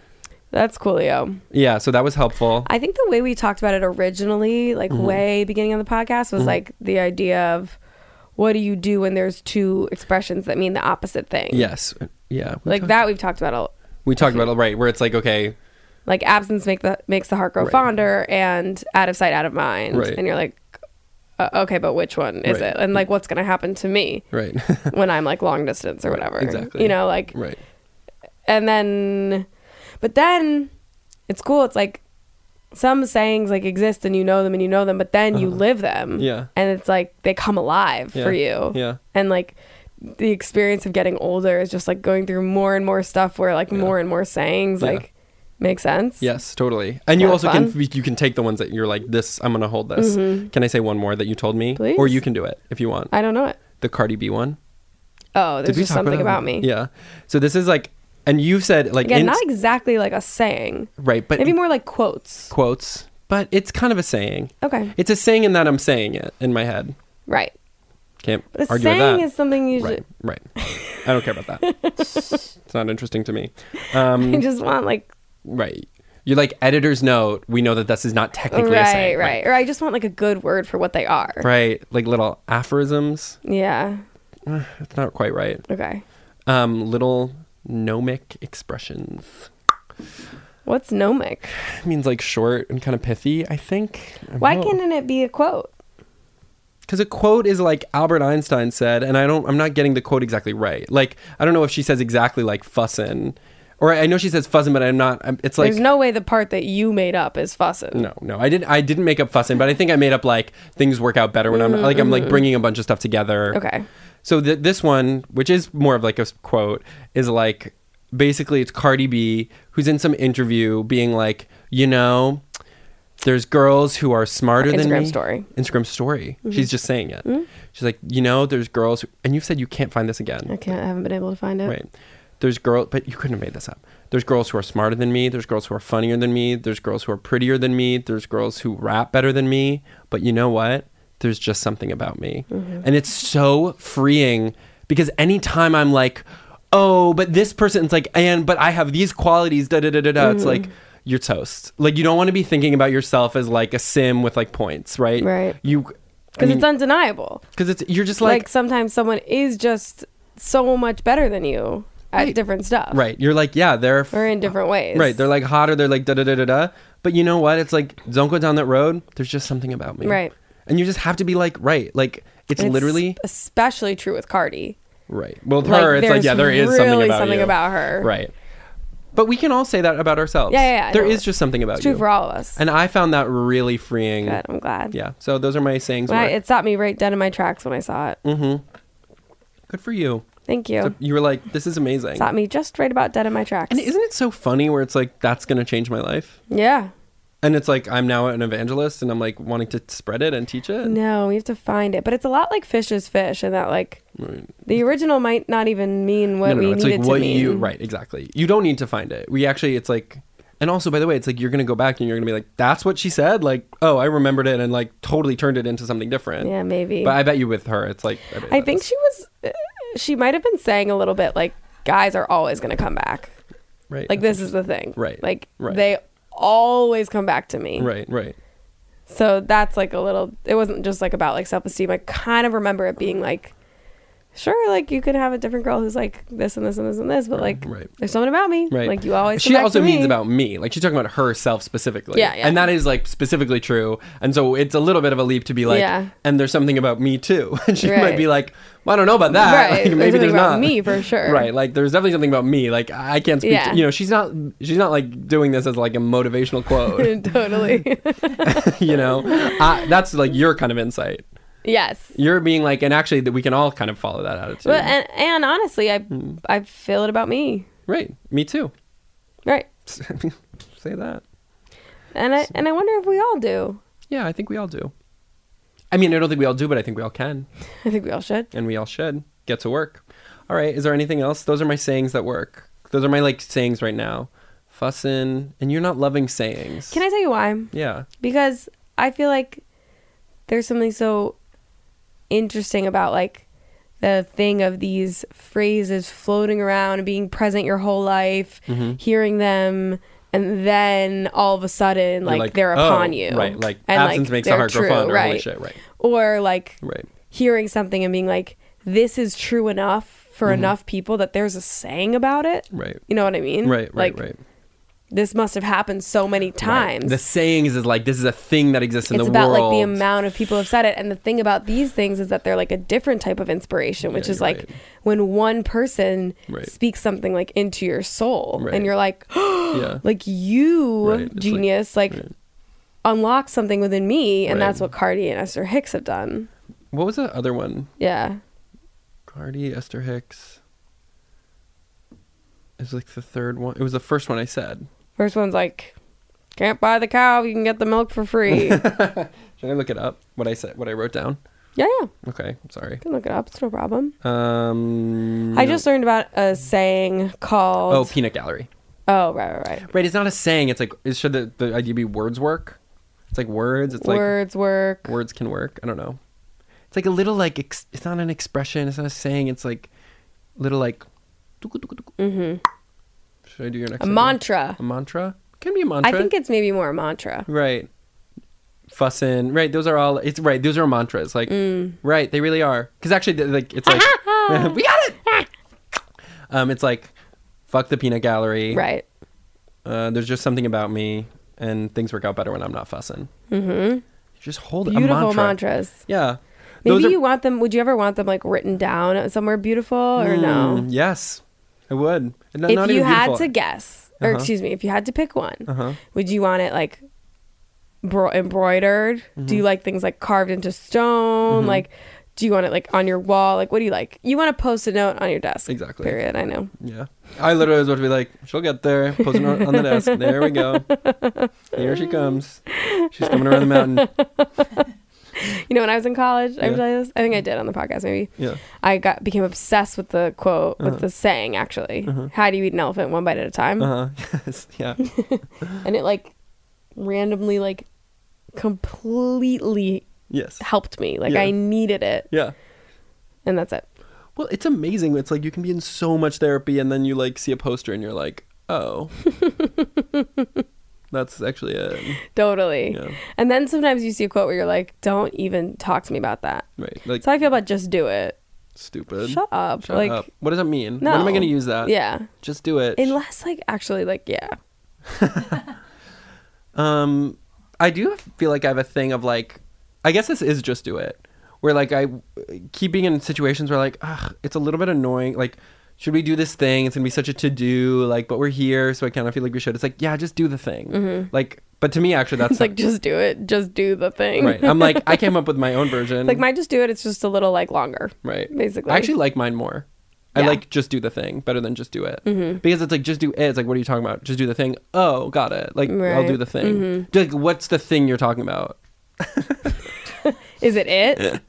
that's coolio. Yeah, so that was helpful. I think the way we talked about it originally, like Mm-hmm. way beginning of the podcast, was like the idea of what do you do when there's two expressions that mean the opposite thing. yes, yeah, we like talked- that we've talked about. A, We talked about it right where it's like okay, like absence make the makes the heart grow fonder, and out of sight, out of mind. Right. And you're like, uh, okay, but which one is Right. it? And like, what's going to happen to me right, when I'm like long distance or whatever? exactly. You know, like right, and then but then it's cool it's like some sayings like exist and you know them and you know them but then you live them Uh-huh. Yeah. and it's like they come alive Yeah. for you Yeah. and like the experience of getting older is just like going through more and more stuff where like more and more sayings Yeah. like make sense yes, totally. And you Kinda also can fun. Mm-hmm. you can take the ones that you're like this. I'm gonna hold this. Can I say one more that you told me, Please. or you can do it if you want. i don't know it the Cardi B one. oh there's Did we just talk something that? about, me Yeah. So this is like, and you've said like, again in- not exactly like a saying right, but maybe more like quotes quotes, but it's kind of a saying. okay It's a saying in that I'm saying it in my head. right Can't but a argue with that. saying is something you right, should right. I don't care about that. it's not interesting to me. Um, you just want like right. You're like editor's note. We know that this is not technically a right, saying. right. Or I just want like a good word for what they are. right. Right. Like little aphorisms. Yeah. It's not quite right. Okay. Um, little gnomic expressions. What's gnomic? It means like short and kind of pithy. I think. I don't Why know. couldn't it be a quote? because a quote is like Albert Einstein said, and I don't, I'm not getting the quote exactly right. Like, I don't know if she says exactly like fussin, or I know she says fussin, but I'm not. I'm, it's like There's no way the part that you made up is fussing. no, no, I didn't, I didn't make up fussin, but I think I made up like things work out better when I'm like I'm like bringing a bunch of stuff together. Mm-hmm, Okay. So th- this one, which is more of like a s- quote, is like basically it's Cardi B who's in some interview being like, you know, there's girls who are smarter than Instagram me. story. Mm-hmm. Instagram story. She's just saying it. She's like, you know, there's girls, who, and you've said you can't find this again. I can't. I haven't been able to find it. Right. There's girl, but you couldn't have made this up. There's girls who are smarter than me. There's girls who are funnier than me. There's girls who are prettier than me. There's girls who rap better than me. But you know what? There's just something about me. Mm-hmm. And it's so freeing because anytime I'm like, oh, but this person's like, and, but I have these qualities, da da da da da. Mm-hmm. It's like, you're toast. Like, you don't want to be thinking about yourself as like a sim with like points, right? Right. You, Because it's undeniable. because it's, you're just Like, like sometimes someone is just so much better than you at Right. different stuff. Right. You're like, yeah, they're f- Or in different ways. Right. They're like hotter. They're like da da da da da. But you know what? It's like don't go down that road. There's just something about me. Right. And you just have to be like right. Like it's, And literally especially true with Cardi. right. Well, with like, her, it's like there's yeah, there is really something about something you. about her. Right. But we can all say that about ourselves. Yeah, yeah, yeah, I There know. is just something about It's true you. for all of us. And I found that really freeing. Good. I'm glad. Yeah. So those are my sayings. When I- Mark. it stopped me right dead in my tracks when I saw it. Good for you. Thank you. So you were like, this is amazing. Stopped me just right about dead in my tracks. And isn't it so funny where it's like that's gonna change my life? yeah. And it's like I'm now an evangelist, and I'm like wanting to spread it and teach it. No, we have to find it. But it's a lot like fish is fish, and that like Right. the original might not even mean what no, no, we no. It's need like it to what mean. you right exactly. You don't need to find it. We actually, it's like, and also by the way, it's like you're gonna go back and you're gonna be like, that's what she said. Like, oh, I remembered it and like totally turned it into something different. Yeah, maybe. But I bet you with her, it's like bet I that think is- she was. uh, She might have been saying a little bit like guys are always going to come back. right Like this is the thing. Right, Like right. they always come back to me. Right, right. So that's like a little. It wasn't just like about like self esteem. I kind of remember it being like, sure, like you could have a different girl who's like this and this and this and this, but like right. there's something about me. Right. Like you always. She come back also to means me. about me. Like she's talking about herself specifically. Yeah, yeah. And that is like specifically true. And so it's a little bit of a leap to be like, Yeah. and there's something about me too. And she might Right. be like, well, I don't know about that. Right. Like, There's something about me for sure. Right. Like there's definitely something about me. Like I can't speak. Yeah. To, you know, she's not. She's not like doing this as like a motivational quote. totally. you know, I, that's like your kind of insight. yes. You're being like, and actually, that we can all kind of follow that attitude. But and, and honestly, I Hmm. I feel it about me. right. Me too. Right. Say that. And I and I wonder if we all do. Yeah, I think we all do. I mean, I don't think we all do, but I think we all can. I think we all should. and we all should get to work. All right, is there anything else? Those are my sayings that work. Those are my like sayings right now. Fussin' and you're not loving sayings. Can I tell you why? Yeah. Because I feel like there's something so interesting about like the thing of these phrases floating around and being present your whole life, Mm-hmm. hearing them, and then all of a sudden, like, like, they're oh, upon you. right, like, and, absence makes the they're heart grow true, fonder, holy shit, right. Or like Right. hearing something and being like, this is true enough for Mm-hmm. enough people that there's a saying about it. Right. You know what I mean? Right. Right. Like, right. This must have happened so many times The sayings is like this is a thing that exists in it's the about world. like the amount of people have said it and the thing about these things is that they're like a different type of inspiration which Yeah, is you're like right. when one person Right. speaks something like into your soul Right. and you're like Yeah. like you Right, it's like- genius like, right. unlock something within me and Right. that's what cardi and esther hicks have done What was the other one? yeah Cardi, Esther Hicks. It was like the third one. It was the first one I said. first one's like can't buy the cow you can get the milk for free yeah Should I look it up? What I said, what I wrote down. yeah you Okay, sorry. can look it up it's no problem Um, i just learned about a saying called oh peanut gallery. oh right right right Right, it's not a saying. It's like, is, should the, the idea be words work? It's like words. It's words work like words can work. I don't know. It's like a little like ex- it's not an expression. It's not a saying. It's like little like. Mm-hmm. Should I do your next? a one? mantra A mantra can be a mantra. I think it's maybe more a mantra. right. Fussin', right? Those are all. It's right. Those are mantras. Like, Mm. right? They really are. Because actually, they're, like, it's like we got it. um, it's like, fuck the peanut gallery. Right. uh, there's just something about me, and things work out better when I'm not fussing. Mm-hmm. Just hold a Beautiful mantra. mantras. Yeah. Maybe Those are- you want them. Would you ever want them like written down somewhere beautiful or no? Mm, yes, I would. Not, If not you even had beautiful. to guess, or Uh-huh. excuse me, if you had to pick one, would you want it like bro- embroidered? Do you Mm-hmm. like things like carved into stone? Like, do you want it like on your wall? Like, what do you like? You want a post it note on your desk. Exactly. Period. I know. Yeah. I literally was about to be like, she'll get there. Post it on on the desk. There we go. Here she comes. She's coming around the mountain. You know, when I was in college, I Yeah. Mm-hmm. would tell you this. I think I did on the podcast, maybe. Yeah. I got became obsessed with the quote, Uh-huh. with the saying actually. How do you eat an elephant one bite at a time? Uh huh. Yes. Yeah. And it like randomly like completely Yes. helped me. Like Yeah. I needed it, Yeah. and that's it. Well, it's amazing. It's like you can be in so much therapy, and then you like see a poster, and you're like, oh, that's actually it. Totally. Yeah. And then sometimes you see a quote where you're like, "Don't even talk to me about that." Right. Like So I feel about just do it. stupid. Shut up. Shut like up. What does that mean? no. When am I going to use that? Yeah. Just do it. Unless like actually like yeah. um, I do feel like I have a thing of like, I guess this is just do it, where like I keep being in situations where like, ugh, it's a little bit annoying. Like, should we do this thing? It's gonna be such a to do. Like, but we're here, so I kind of feel like we should. It's like, yeah, just do the thing. Like, but to me, actually, that's Mm-hmm. It's like just do it. Just do the thing. right. I'm like, I came up with my own version. like my just do it. It's just a little like longer. Right. Basically. I actually like mine more. I Yeah. Mm-hmm. like just do the thing better than just do it. Because it's like just do it. It's like, what are you talking about? Just do the thing. Oh, got it. Like, I'll Right. Mm-hmm. do the thing. Like, what's the thing you're talking about? Is it it?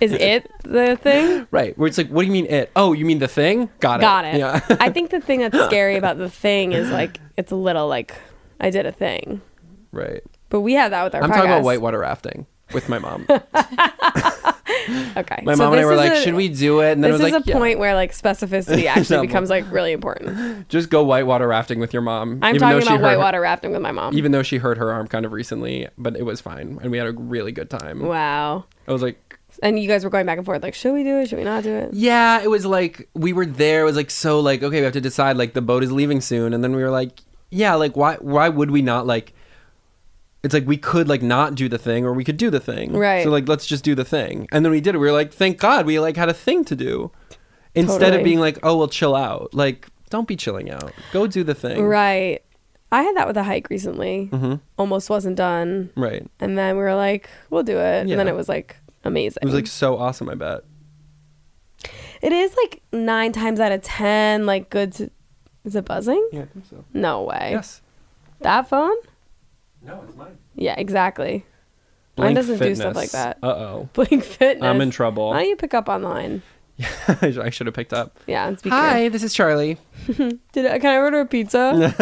Is it the thing? Right. Where it's like, what do you mean it? Oh, you mean the thing? Got it. Got it. Yeah. I think the thing that's scary about the thing is like it's a little like I did a thing, right. but we have that with our. I'm talking about podcast. whitewater rafting with my mom. Okay. My so mom and I this were is like, a- "Should we do it?" And then this I was is like, a "Yeah, point where like specificity actually No. becomes like really important. just go whitewater rafting with your mom." I'm even though talking she hurt about her- whitewater rafting with my mom. Even though she hurt her arm kind of recently, but it was fine, and we had a really good time. wow. I was like, And you guys were going back and forth like, should we do it? Should we not do it? Yeah, it was like we were there. It was like so like okay, we have to decide like the boat is leaving soon, and then we were like, yeah, like why why would we not like? It's like we could like not do the thing, or we could do the thing. Right. So like let's just do the thing, and then we did it. We were like, thank God, we like had a thing to do, instead Totally. of being like, oh, well, chill out. Like don't be chilling out. Go do the thing. Right. I had that with a hike recently. Mm-hmm. Almost wasn't done. Right. It And then we were like, we'll do it. And then Yeah. it was like amazing. was like so awesome. I bet. it is like nine times out of 10, like good to. Is it buzzing? Yeah, I think so. No way. Yes. That phone? No, it's mine. Yeah, exactly. Mine doesn't do stuff like that. Uh oh. Blink Fitness. I'm in trouble. Why don't you pick up online? I should have picked up. Yeah, and speak to- Hi, this is Charlie. Did I, can I order a pizza?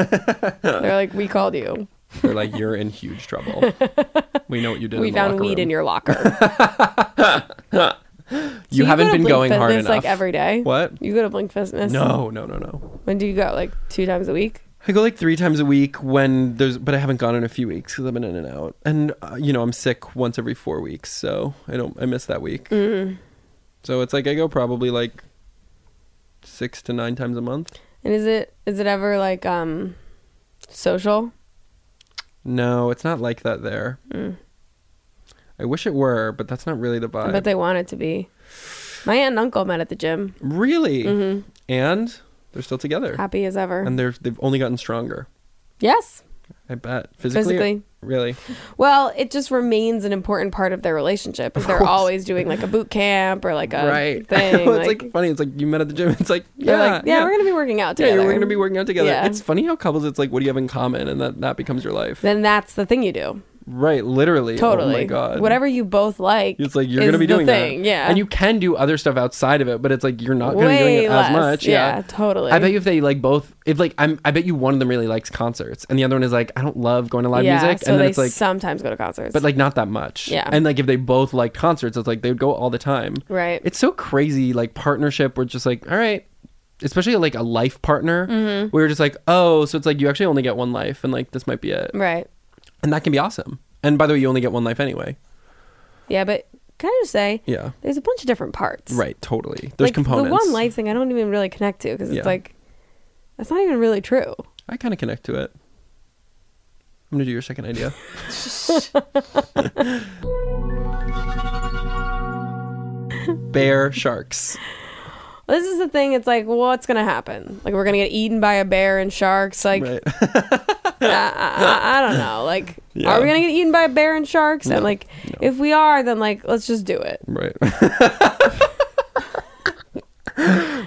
They're like, we called you. They're like, you're in huge trouble. We know what you did. we in the found locker weed room. in your locker. You haven't been going hard Fitness, enough. Like every day. What? You go to Blink Fitness. No, no, no, no. When do you go? Like two times a week. I go like three times a week when there's, but I haven't gone in a few weeks because I've been in and out, and uh, you know I'm sick once every four weeks, so I don't, I miss that week. Mm. So it's like I go probably like six to nine times a month. And is it is it ever like um social? No, it's not like that there. Mm. I wish it were, but that's not really the I vibe. bet they want it to be. My aunt and uncle met at the gym, really, Mm-hmm. and they're still together, happy as ever. and they're they've only gotten stronger. yes. I bet physically. Physically. Really. Well, it just remains an important part of their relationship. Is they're course. always doing like a boot camp or like a right thing. Well, it's like, like, funny. It's like you met at the gym. It's like they're yeah, like, yeah, we're gonna be working out yeah, together. we're gonna be working out together. Yeah. It's funny how couples. It's like what do you have in common, and that that becomes your life. Then that's the thing you do. right. Literally. Totally. Oh my god. Whatever you both like. It's like you're is gonna be the doing thing. that. Yeah. And you can do other stuff outside of it, but it's like you're not gonna be Way doing it less. as much. Yeah, Yeah. totally. I bet you if they like both, if like I'm, I bet you one of them really likes concerts, and the other one is like, I don't love going to live yeah, music, So and they then it's like, sometimes go to concerts. but like not that much. Yeah. And like if they both like concerts, it's like they would go all the time. Right. It's so crazy, like partnership. We're just like, all right, especially like a life partner. Mm-hmm. We were just like, oh, so it's like you actually only get one life, and like this might be it, right. and that can be awesome. And by the way, you only get one life anyway. Yeah, but can I just say? Yeah. There's a bunch of different parts. Right. Totally. There's like, components. The one life thing I don't even really connect to because it's Yeah. like that's not even really true. I kind of connect to it. I'm gonna do your second idea. Bear sharks. This is the thing. It's like what's gonna happen? Like we're gonna get eaten by a bear and sharks. Like Right. I, I, I don't know. Like Yeah. are we gonna get eaten by a bear and sharks? And like if we are, then like let's just do it. Right.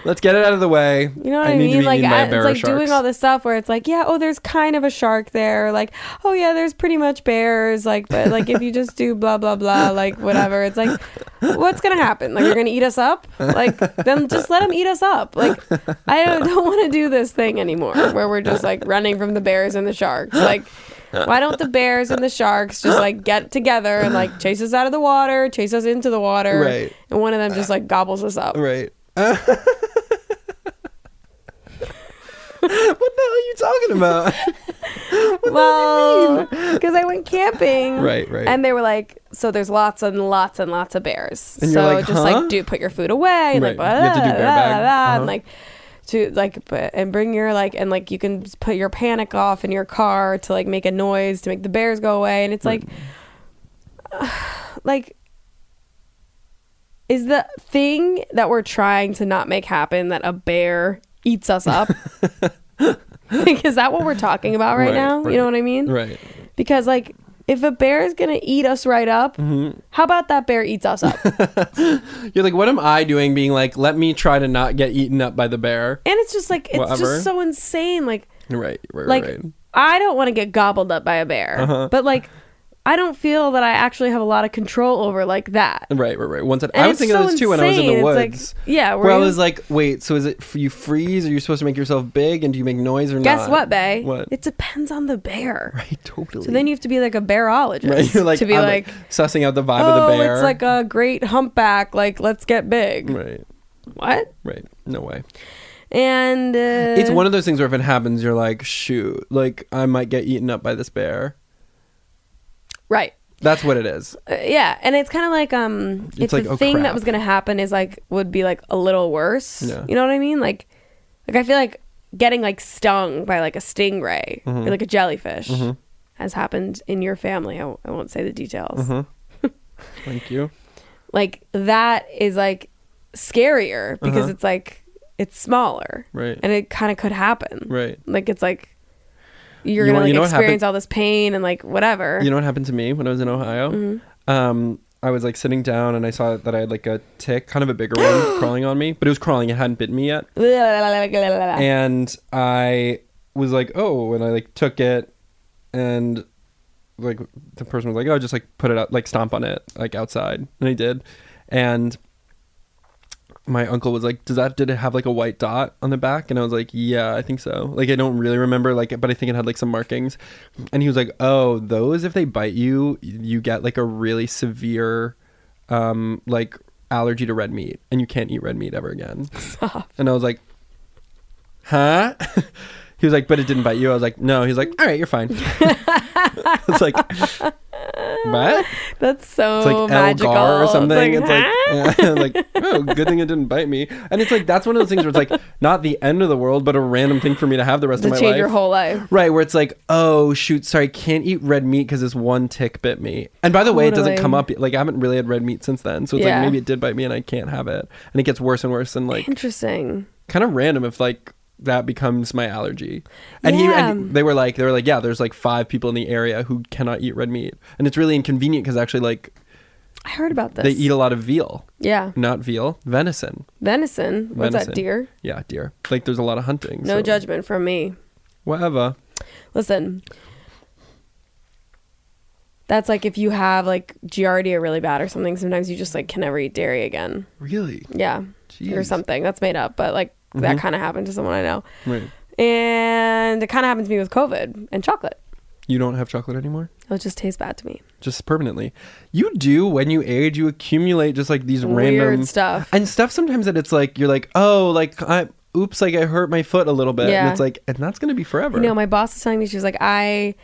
Let's get it out of the way. You know what I, need to mean? be Like eaten by I, a it's bear or like sharks. doing all this stuff where it's like, yeah, oh, there's kind of a shark there. Like, oh yeah, there's pretty much bears. Like, but like if you just do blah blah blah, like whatever. It's like, what's gonna happen? Like, you're gonna eat us up? Like, then just let them eat us up. Like, I don't, don't want to do this thing anymore where we're just like running from the bears and the sharks. Like. Why don't the bears and the sharks just like get together and like chase us out of the water, chase us into the water, Right. and one of them just like gobbles us up? Right. what the hell are you talking about? well, because I went camping. Right, right. And they were like, so there's lots and lots and lots of bears. And so you're like, just huh? like do put your food away and Right. like blah, You have to do bear blah, blah, bag. blah, and Uh-huh. like to like put, and bring your like and like you can s- put your panic off in your car to like make a noise to make the bears go away and it's like like is the thing that we're trying to not make happen that a bear eats us up like is that what we're talking about right, Right, now you right, know what i mean Right. because like if a bear is gonna eat us right up Mm-hmm. how about that bear eats us up and You're like, what am I doing? Being like, let me try to not get eaten up by the bear. it's just like it's Whatever. just so insane like Right. Uh-huh. Right. like right. i don't want to get gobbled up by a bear but like I don't feel that I actually have a lot of control over like that. Right, right, right. Once I, And I was it's thinking of so this too when I was in the insane. It's like- woods. yeah, were where I you- was like, wait, so is it f- you freeze? Are you supposed to make yourself big? And do you make noise or Guess not? what, Bay? What? It depends on the bear. right, totally. So then you have to be like a bearologist right, you're like, to be I'm, like, sussing out the vibe oh, of the bear. it's like a great humpback. Like, let's get big. right, What? right. No way. Uh, And uh, It's one of those things where if it happens, you're like, shoot, like I might get eaten up by this bear. right. That's what it is. Uh, yeah, and it's kind of like um, if It's like, the oh, thing that crap. was gonna happen is like would be like a little worse. Yeah. You know what I mean? Like, like I feel like getting like stung by like a stingray Mm-hmm. or like a jellyfish has happened in your family. I, I won't say the details. Mm-hmm. Thank you. Like that is like scarier because Uh-huh. it's like it's smaller, Right. And it kind of could happen, Right. Like it's like you're You gonna want- like you know what happened- experience all this pain and like whatever. You know what happened to me when I was in Ohio? Mm-hmm. Um, I was like sitting down and I saw that I had like a tick, kind of a bigger one, crawling on me, but it was crawling. It hadn't bitten me yet. and I was like, oh, and I like took it, and like the person was like, oh, just like put it out, like stomp on it, like outside, and I did, and my uncle was like, does that did it have like a white dot on the back? And I was like, yeah, I think so. Like I don't really remember, like, but I think it had like some markings, and he was like, oh, those if they bite you, you get like a really severe, um, like allergy to red meat, and you can't eat red meat ever again. And I was like, huh? He was like, but it didn't bite you. I was like, no. He's like, all right, you're fine. it's like, what? That's so It's like Oh, magical. Elgar or It's something. It's like, "Huh?" like, oh, good thing it didn't bite me. And it's like, that's one of those things where it's like, not the end of the world, but a random thing for me to have the rest to of my change life. your whole life. Right, where it's like, oh shoot, sorry, can't eat red meat because this one tick bit me. And by the way, it Totally. doesn't come up. Like I haven't really had red meat since then, so it's Yeah. like maybe it did bite me and I can't have it. And it gets worse and worse, and like Interesting. kind of random if like that becomes my allergy. And he Yeah. and they were like they were like yeah, there's like five people in the area who cannot eat red meat, and it's really inconvenient because actually like I heard about this. they eat a lot of veal, yeah, not veal, venison. venison. What's venison. that? Deer. Yeah, deer. Like there's a lot of hunting. No so judgment from me. Whatever. Listen, that's like if you have like giardia really bad or something. Sometimes you just like can never eat dairy again. Really. Yeah, or Jeez. Mm-hmm. something that's made up, but like that kind of happened to someone I know, Right. and it kind of happened to me with COVID and chocolate. You don't have chocolate anymore. It'll just taste bad to me. just permanently. You do when you age, you accumulate just like these Weird random stuff. and stuff. Sometimes that it's like you're like, oh, like I, oops, like I hurt my foot a little bit, Yeah. and it's like, and that's gonna be forever. You know, my boss was telling me she was like, I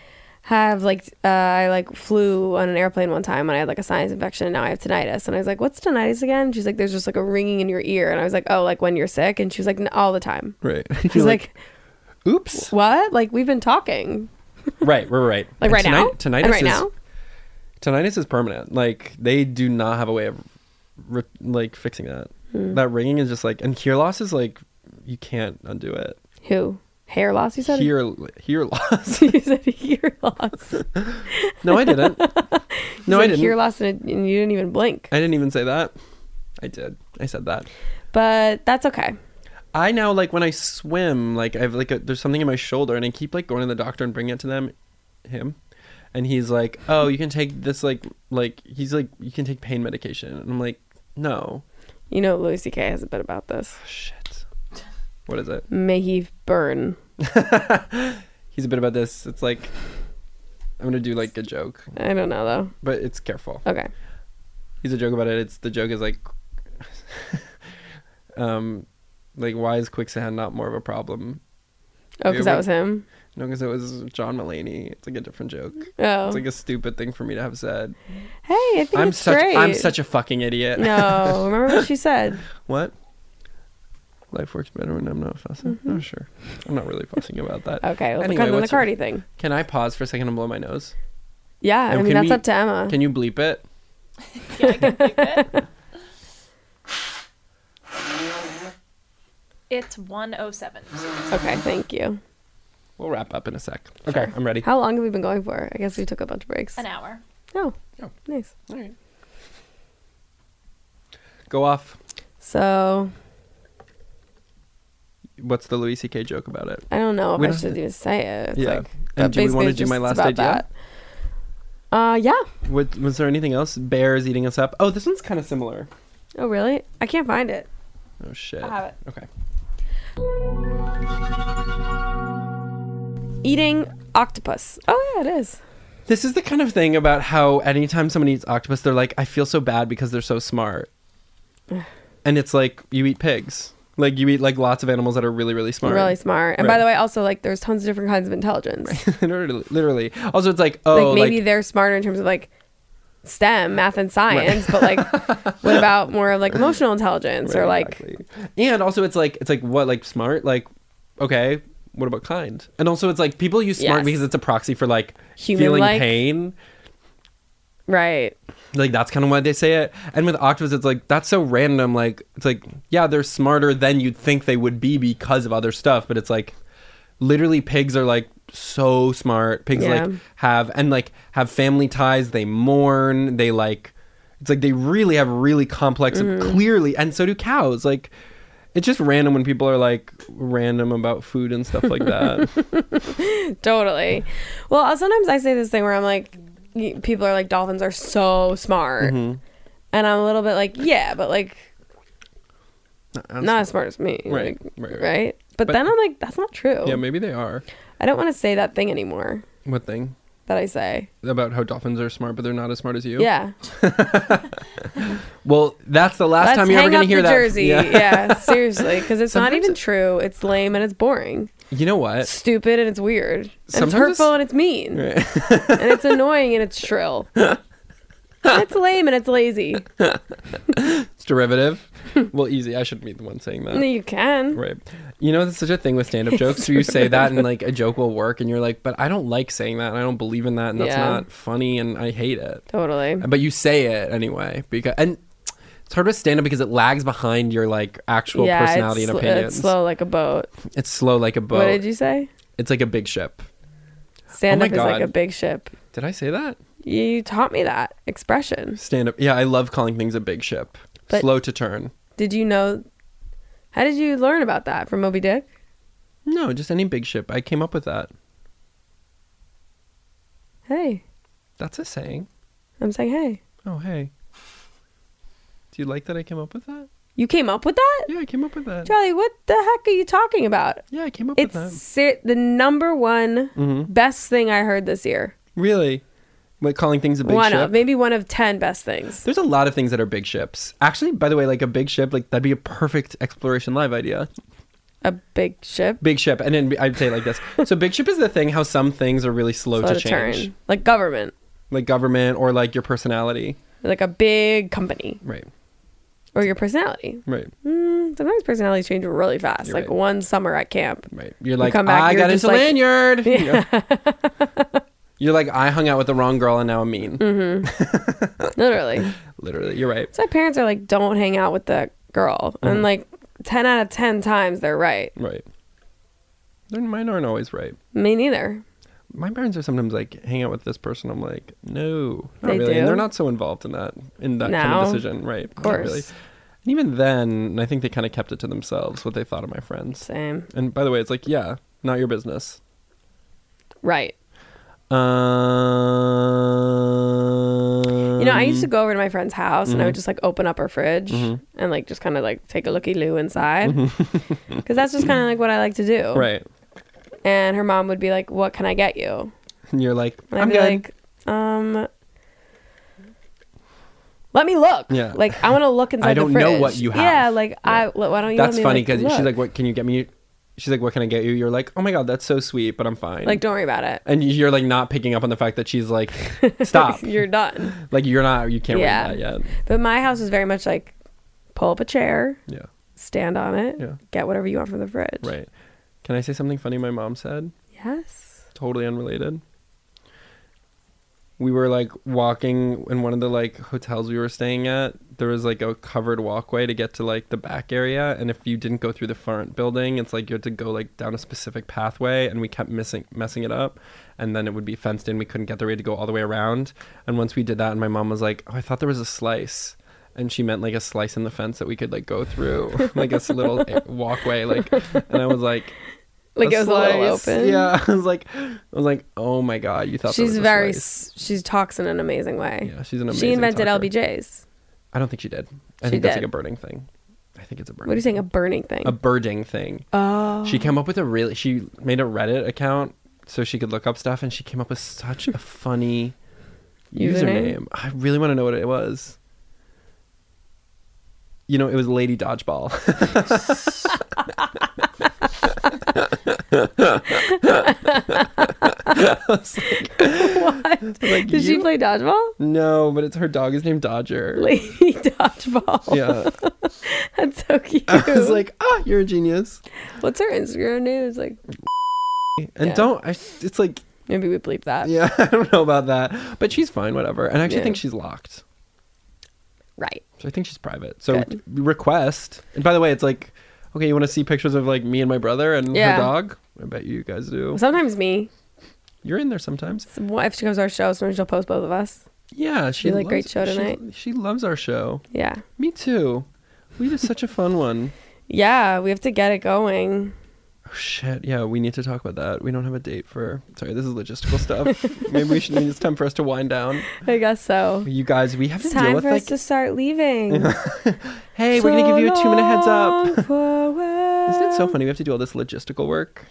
have like uh, I like flew on an airplane one time and I had like a sinus infection and now I have tinnitus and I was like, what's tinnitus again? She's like, there's just like a ringing in your ear and I was like, oh, like when you're sick and she was like, "N- all the time. right? She's You're like, oops, what? Like we've been talking right, right, right. like right now Tonight, and right is, now. Tinnitus is permanent. Like they do not have a way of re- like fixing that. Hmm. That ringing is just like, and hear loss is like you can't undo it. Who hair loss? You said Hear hear loss. you said ear loss. You no, I didn't. No, I said didn't. Ear loss and, it, and you didn't even blink. I didn't even say that. I did. I said that. But that's okay. I now like when I swim, like I have like a, there's something in my shoulder, and I keep like going to the doctor and bringing it to them, him, and he's like, "Oh, you can take this like like he's like you can take pain medication," and I'm like, "No, You know, Louis C.K. has a bit about this. shit, what is it?" May he burn. He's a bit about this. It's like I'm gonna do like a joke, I don't know but it's careful. though. Okay. He's a joke about it. It's the joke is like, um, like why is quicksand not more of a problem? Oh, because Yeah, that we- was him. No, because it was John Mulaney. It's like a different joke. Oh, It's like a stupid thing for me to have said. hey, I think I'm it's such great. I'm such a fucking idiot. no, remember what she said? What? Life works better when I'm not fussing. Oh sure. I'm not really fussing about that. Mm-hmm. Okay, well, Anyway, the, Cardi- the what's your- Cardi thing. Can I pause for a second and blow my nose? Yeah, I And mean Oh, can that's we- up to Emma. Can you bleep it? Yeah, I can believe it. It's 107. okay, thank you. We'll wrap up in a sec. Okay, I'm ready. How long have we been going for? I guess we took a bunch of breaks. An hour. Oh, Oh. nice. All right. Go off. So What's the Louis C.K. joke about it? I don't know if We I don't- should even say it. It's Yeah. like, And but do we wanna basically do my just last about idea? that. Uh, yeah. Was, was there anything else? Bears eating us up. Oh, this one's kind of similar. Oh, really? I can't find it. Oh shit. I have it. Okay. Eating octopus. Oh yeah, it is. This is the kind of thing about how anytime someone eats octopus, they're like, I feel so bad because they're so smart. and it's like you eat pigs. Like you eat like lots of animals that are really, really smart. Really smart. And by Right. the way, also like there's tons of different kinds of intelligence. literally, literally. Also, it's like oh, like maybe like- they're smarter in terms of like STEM, math and science, but like what about more of like emotional intelligence or like Exactly. and also it's like it's like what like smart like okay what about kind and also it's like people use smart Yes. because it's a proxy for like feeling Human-like. pain right. like that's kind of why they say it and with octopus it's like that's so random like it's like yeah they're smarter than you'd think they would be because of other stuff but it's like literally pigs are like so smart pigs Yeah. like have and like have family ties they mourn they like it's like they really have really complex Mm-hmm. clearly and so do cows like it's just random when people are like random about food and stuff like that Totally. Well, I'll- sometimes I say this thing where I'm like y- people are like dolphins are so smart. Mm-hmm. And I'm a little bit like, yeah, but like not as smart as me. Right, like, right, right. But, But- then I'm like, that's not true. yeah maybe they are I don't want to say that thing anymore what thing that I say. about how dolphins are smart but they're not as smart as you Yeah. Well, that's the last Let's time you're ever hang going up to hear the that. jersey. Yeah, seriously, because it's not Sometimes even it- true. It's lame and it's boring. You know It's what? stupid and it's weird. And it's Sometimes it's- hurtful and it's mean. and it's annoying and it's shrill. And it's lame and it's lazy. It's derivative. well, easy. I shouldn't be the one saying that. You can. Right. You know, that's such a thing with stand up jokes. where you say that and like a joke will work and you're like, but I don't like saying that and I don't believe in that and that's Yeah. not funny and I hate it. Totally. But you say it anyway because, and it's hard with stand up because it lags behind your like actual yeah, personality it's, and sl- opinions. it's slow like a boat. It's slow like a boat. What did you say? It's like a big ship. Stand my up is like God. a big ship. Did I say that? You taught me that expression. Stand up. Yeah, I love calling things a big ship. But- slow to turn. Did you know? How did you learn about that from Moby Dick? No, just any big ship. I came up with that. Hey, That's a saying. I'm saying hey. Oh, hey. Do you like that I came up with that? You came up with that? Yeah, I came up with that. Charlie, what the heck are you talking about? Yeah, I came up with It's that. Mm-hmm. ser- the number one best thing I heard this year. Really? Like calling things a big one ship? of, maybe one of 10 best things. There's a lot of things that are big ships. Actually, by the way, like a big ship, like that'd be a perfect exploration live idea. A big ship. Big ship, and then I'd say it like this. so big ship is the thing how some things are really slow, Slow to, change, Like government. like government or like your personality. Like a big company Right, or your personality. right, Mm, sometimes personalities change really fast. You're like right. one summer at camp. right. You're like, come back, I you're got just into like- lanyard. Yeah. you're like, I hung out with the wrong girl, and now I'm mean. Mm. Literally. Literally, you're right. so my parents are like, don't hang out with that girl. Mm. And like 10 out of 10 times they're right. Right. They're, mine aren't always right. Me neither. My parents are sometimes like, hang out with this person. I'm like, no, not They really. do? And they're not so involved in that in that kind No, of decision, right? Of course. And even then, I think they kind of kept it to themselves what they thought of my friends. Same. And by the way, it's like, yeah, not your business. Right. Um, You know, I used Mm-hmm. to go over to my friend's house and I would just like open up her fridge and like just kind of like take a looky loo inside. Mm-hmm. Cause that's just kind of like what I like to do. right. And her mom would be like, What can I get you? And you're like, And I'd I'm be good. like, Um, let me look. Yeah. Like, I want to look inside I the don't know fridge. what you have. Yeah. Like, I, why don't you let that's me, funny like, because she's look? like, what can you get me? She's like, what can I get you? You're like, oh my god, that's so sweet, but I'm fine. Like, don't worry about it. and you're like not picking up on the fact that she's like stop You're done. like you're not you can't Yeah. read that yet But my house was very much like, pull up a chair, yeah stand on it, Yeah. get whatever you want from the fridge. right can i say something funny my mom said Yes. totally unrelated we were like walking in one of the like hotels we were staying at there was like a covered walkway to get to like the back area and if you didn't go through the front building it's like you had to go like down a specific pathway and we kept missing messing it up and then it would be fenced in we couldn't get there we had to go all the way around and once we did that and my mom was like oh i thought there was a slice and she meant like a slice in the fence that we could like go through like a s- little a- walkway like and i was like Like it was a little slice. open. Yeah, I was like, I was like, oh my god, you thought that was She's a very slice. s- she talks in an amazing way. Yeah, she's an She amazing invented talker. LBJs. I don't think she did. I She think that's did. like a birding thing. I think it's a birding. What are you saying? A thing. burning thing. A birding thing. oh. She came up with a really. She made a Reddit account so she could look up stuff, and she came up with such a funny Username? username. I really want to know what it was. You know, it was Lady Dodgeball. I was like- like, Did she you- play dodgeball? No, but it's her dog is named Dodger. Lady dodgeball. yeah. That's so cute. I was like, ah, you're a genius. what's her Instagram name? It's like And Yeah. don't, I, it's like, maybe we bleep that. yeah, I don't know about that. But she's fine, whatever. And I actually Yeah. think she's locked. Right. So I think she's private. So Good. t- request. And by the way, it's like, okay, you want to see pictures of like me and my brother and Yeah. her dog? I bet you guys do. Sometimes me. You're in there sometimes. So what- If she comes to our show, sometimes she'll post both of us. Yeah, she Really loves, great show she- tonight. She, loves our show. Yeah. Me too. We did such a fun one. Yeah, we have to get it going. Oh, shit. Yeah, we need to talk about that. We don't have a date for. Sorry, this is logistical stuff. Maybe we should. It's time for us to wind down. I guess so. You guys, we have It's to deal time with for like. us to start leaving. hey, we're gonna give you a two minute heads up. Isn't Isn't it so funny? We have to do all this logistical work.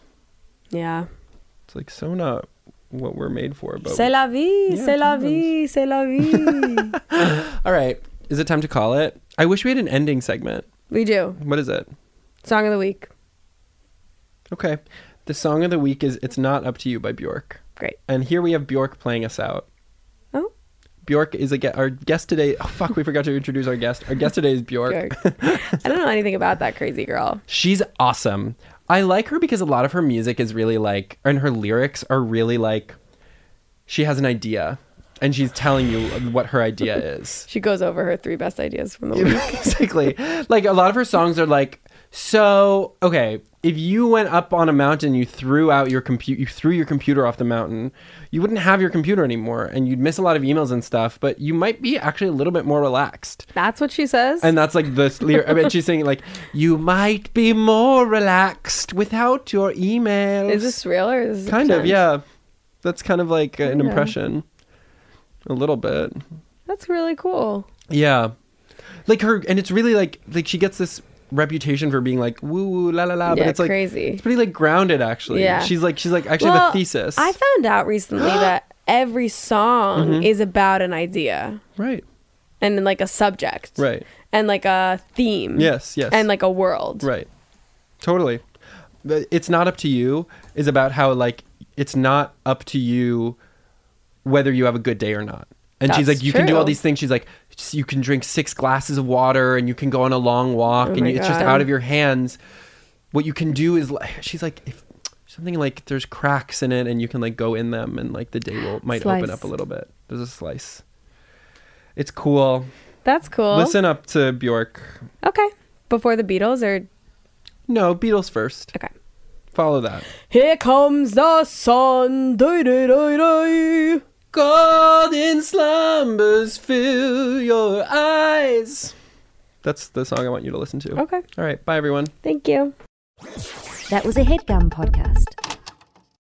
Yeah. It's like so not what we're made for. But C'est la vie, Yeah, c'est la sometimes. vie, c'est la vie. all right, is it time to call it? I wish we had an ending segment. we do. What is it? Song of the week. Okay, the song of the week is "It's Not Up to You" by Bjork, Great. and here we have Bjork playing us out. Oh. Bjork is a ge- our guest today. Oh fuck, we forgot to introduce our guest. Our guest today is Bjork. Bjork. I don't know anything about that crazy girl. She's awesome. I like her because a lot of her music is really like, and her lyrics are really like, she has an idea and she's telling you what her idea is. She goes over her three best ideas from the week. Basically, like a lot of her songs are like, so okay, if you went up on a mountain, you threw out your compute, you threw your computer off the mountain, you wouldn't have your computer anymore, and you'd miss a lot of emails and stuff. But you might be actually a little bit more relaxed. That's what she says. And that's like the lyric. I mean, she's saying like, "You might be more relaxed without your emails." is this real or is this kind of? pretend? Yeah, that's kind of like an Kinda. impression, a little bit. That's really cool. Yeah, like her, and it's really like like she gets this reputation for being like woo woo la la la, but Yeah, it's like crazy. It's pretty like grounded actually. Yeah. she's like she's like actually Well, the thesis. I found out recently that every song Mm-hmm. is about an idea right, and like a subject. right, And like a theme. Yes, yes. And like a world. right, totally. But it's not up to you is about how like it's not up to you whether you have a good day or not. And she's That's like, you can do all true. these things. She's like, "S- you can drink six glasses of water and you can go on a long walk and Oh my you, it's just God. out of your hands. What you can do is, like, she's like, if something like there's cracks in it and you can like go in them and like the day will might open Slice. up a little bit. There's a slice. It's cool. That's cool. Listen up to Bjork. Okay. Before the Beatles or No, Beatles first. okay. Follow that. Here comes the sun. Day, day, day, day. Golden slumbers fill your eyes. That's the song I want you to listen to. Okay. All right. Bye, everyone. Thank you. That was a headgum podcast.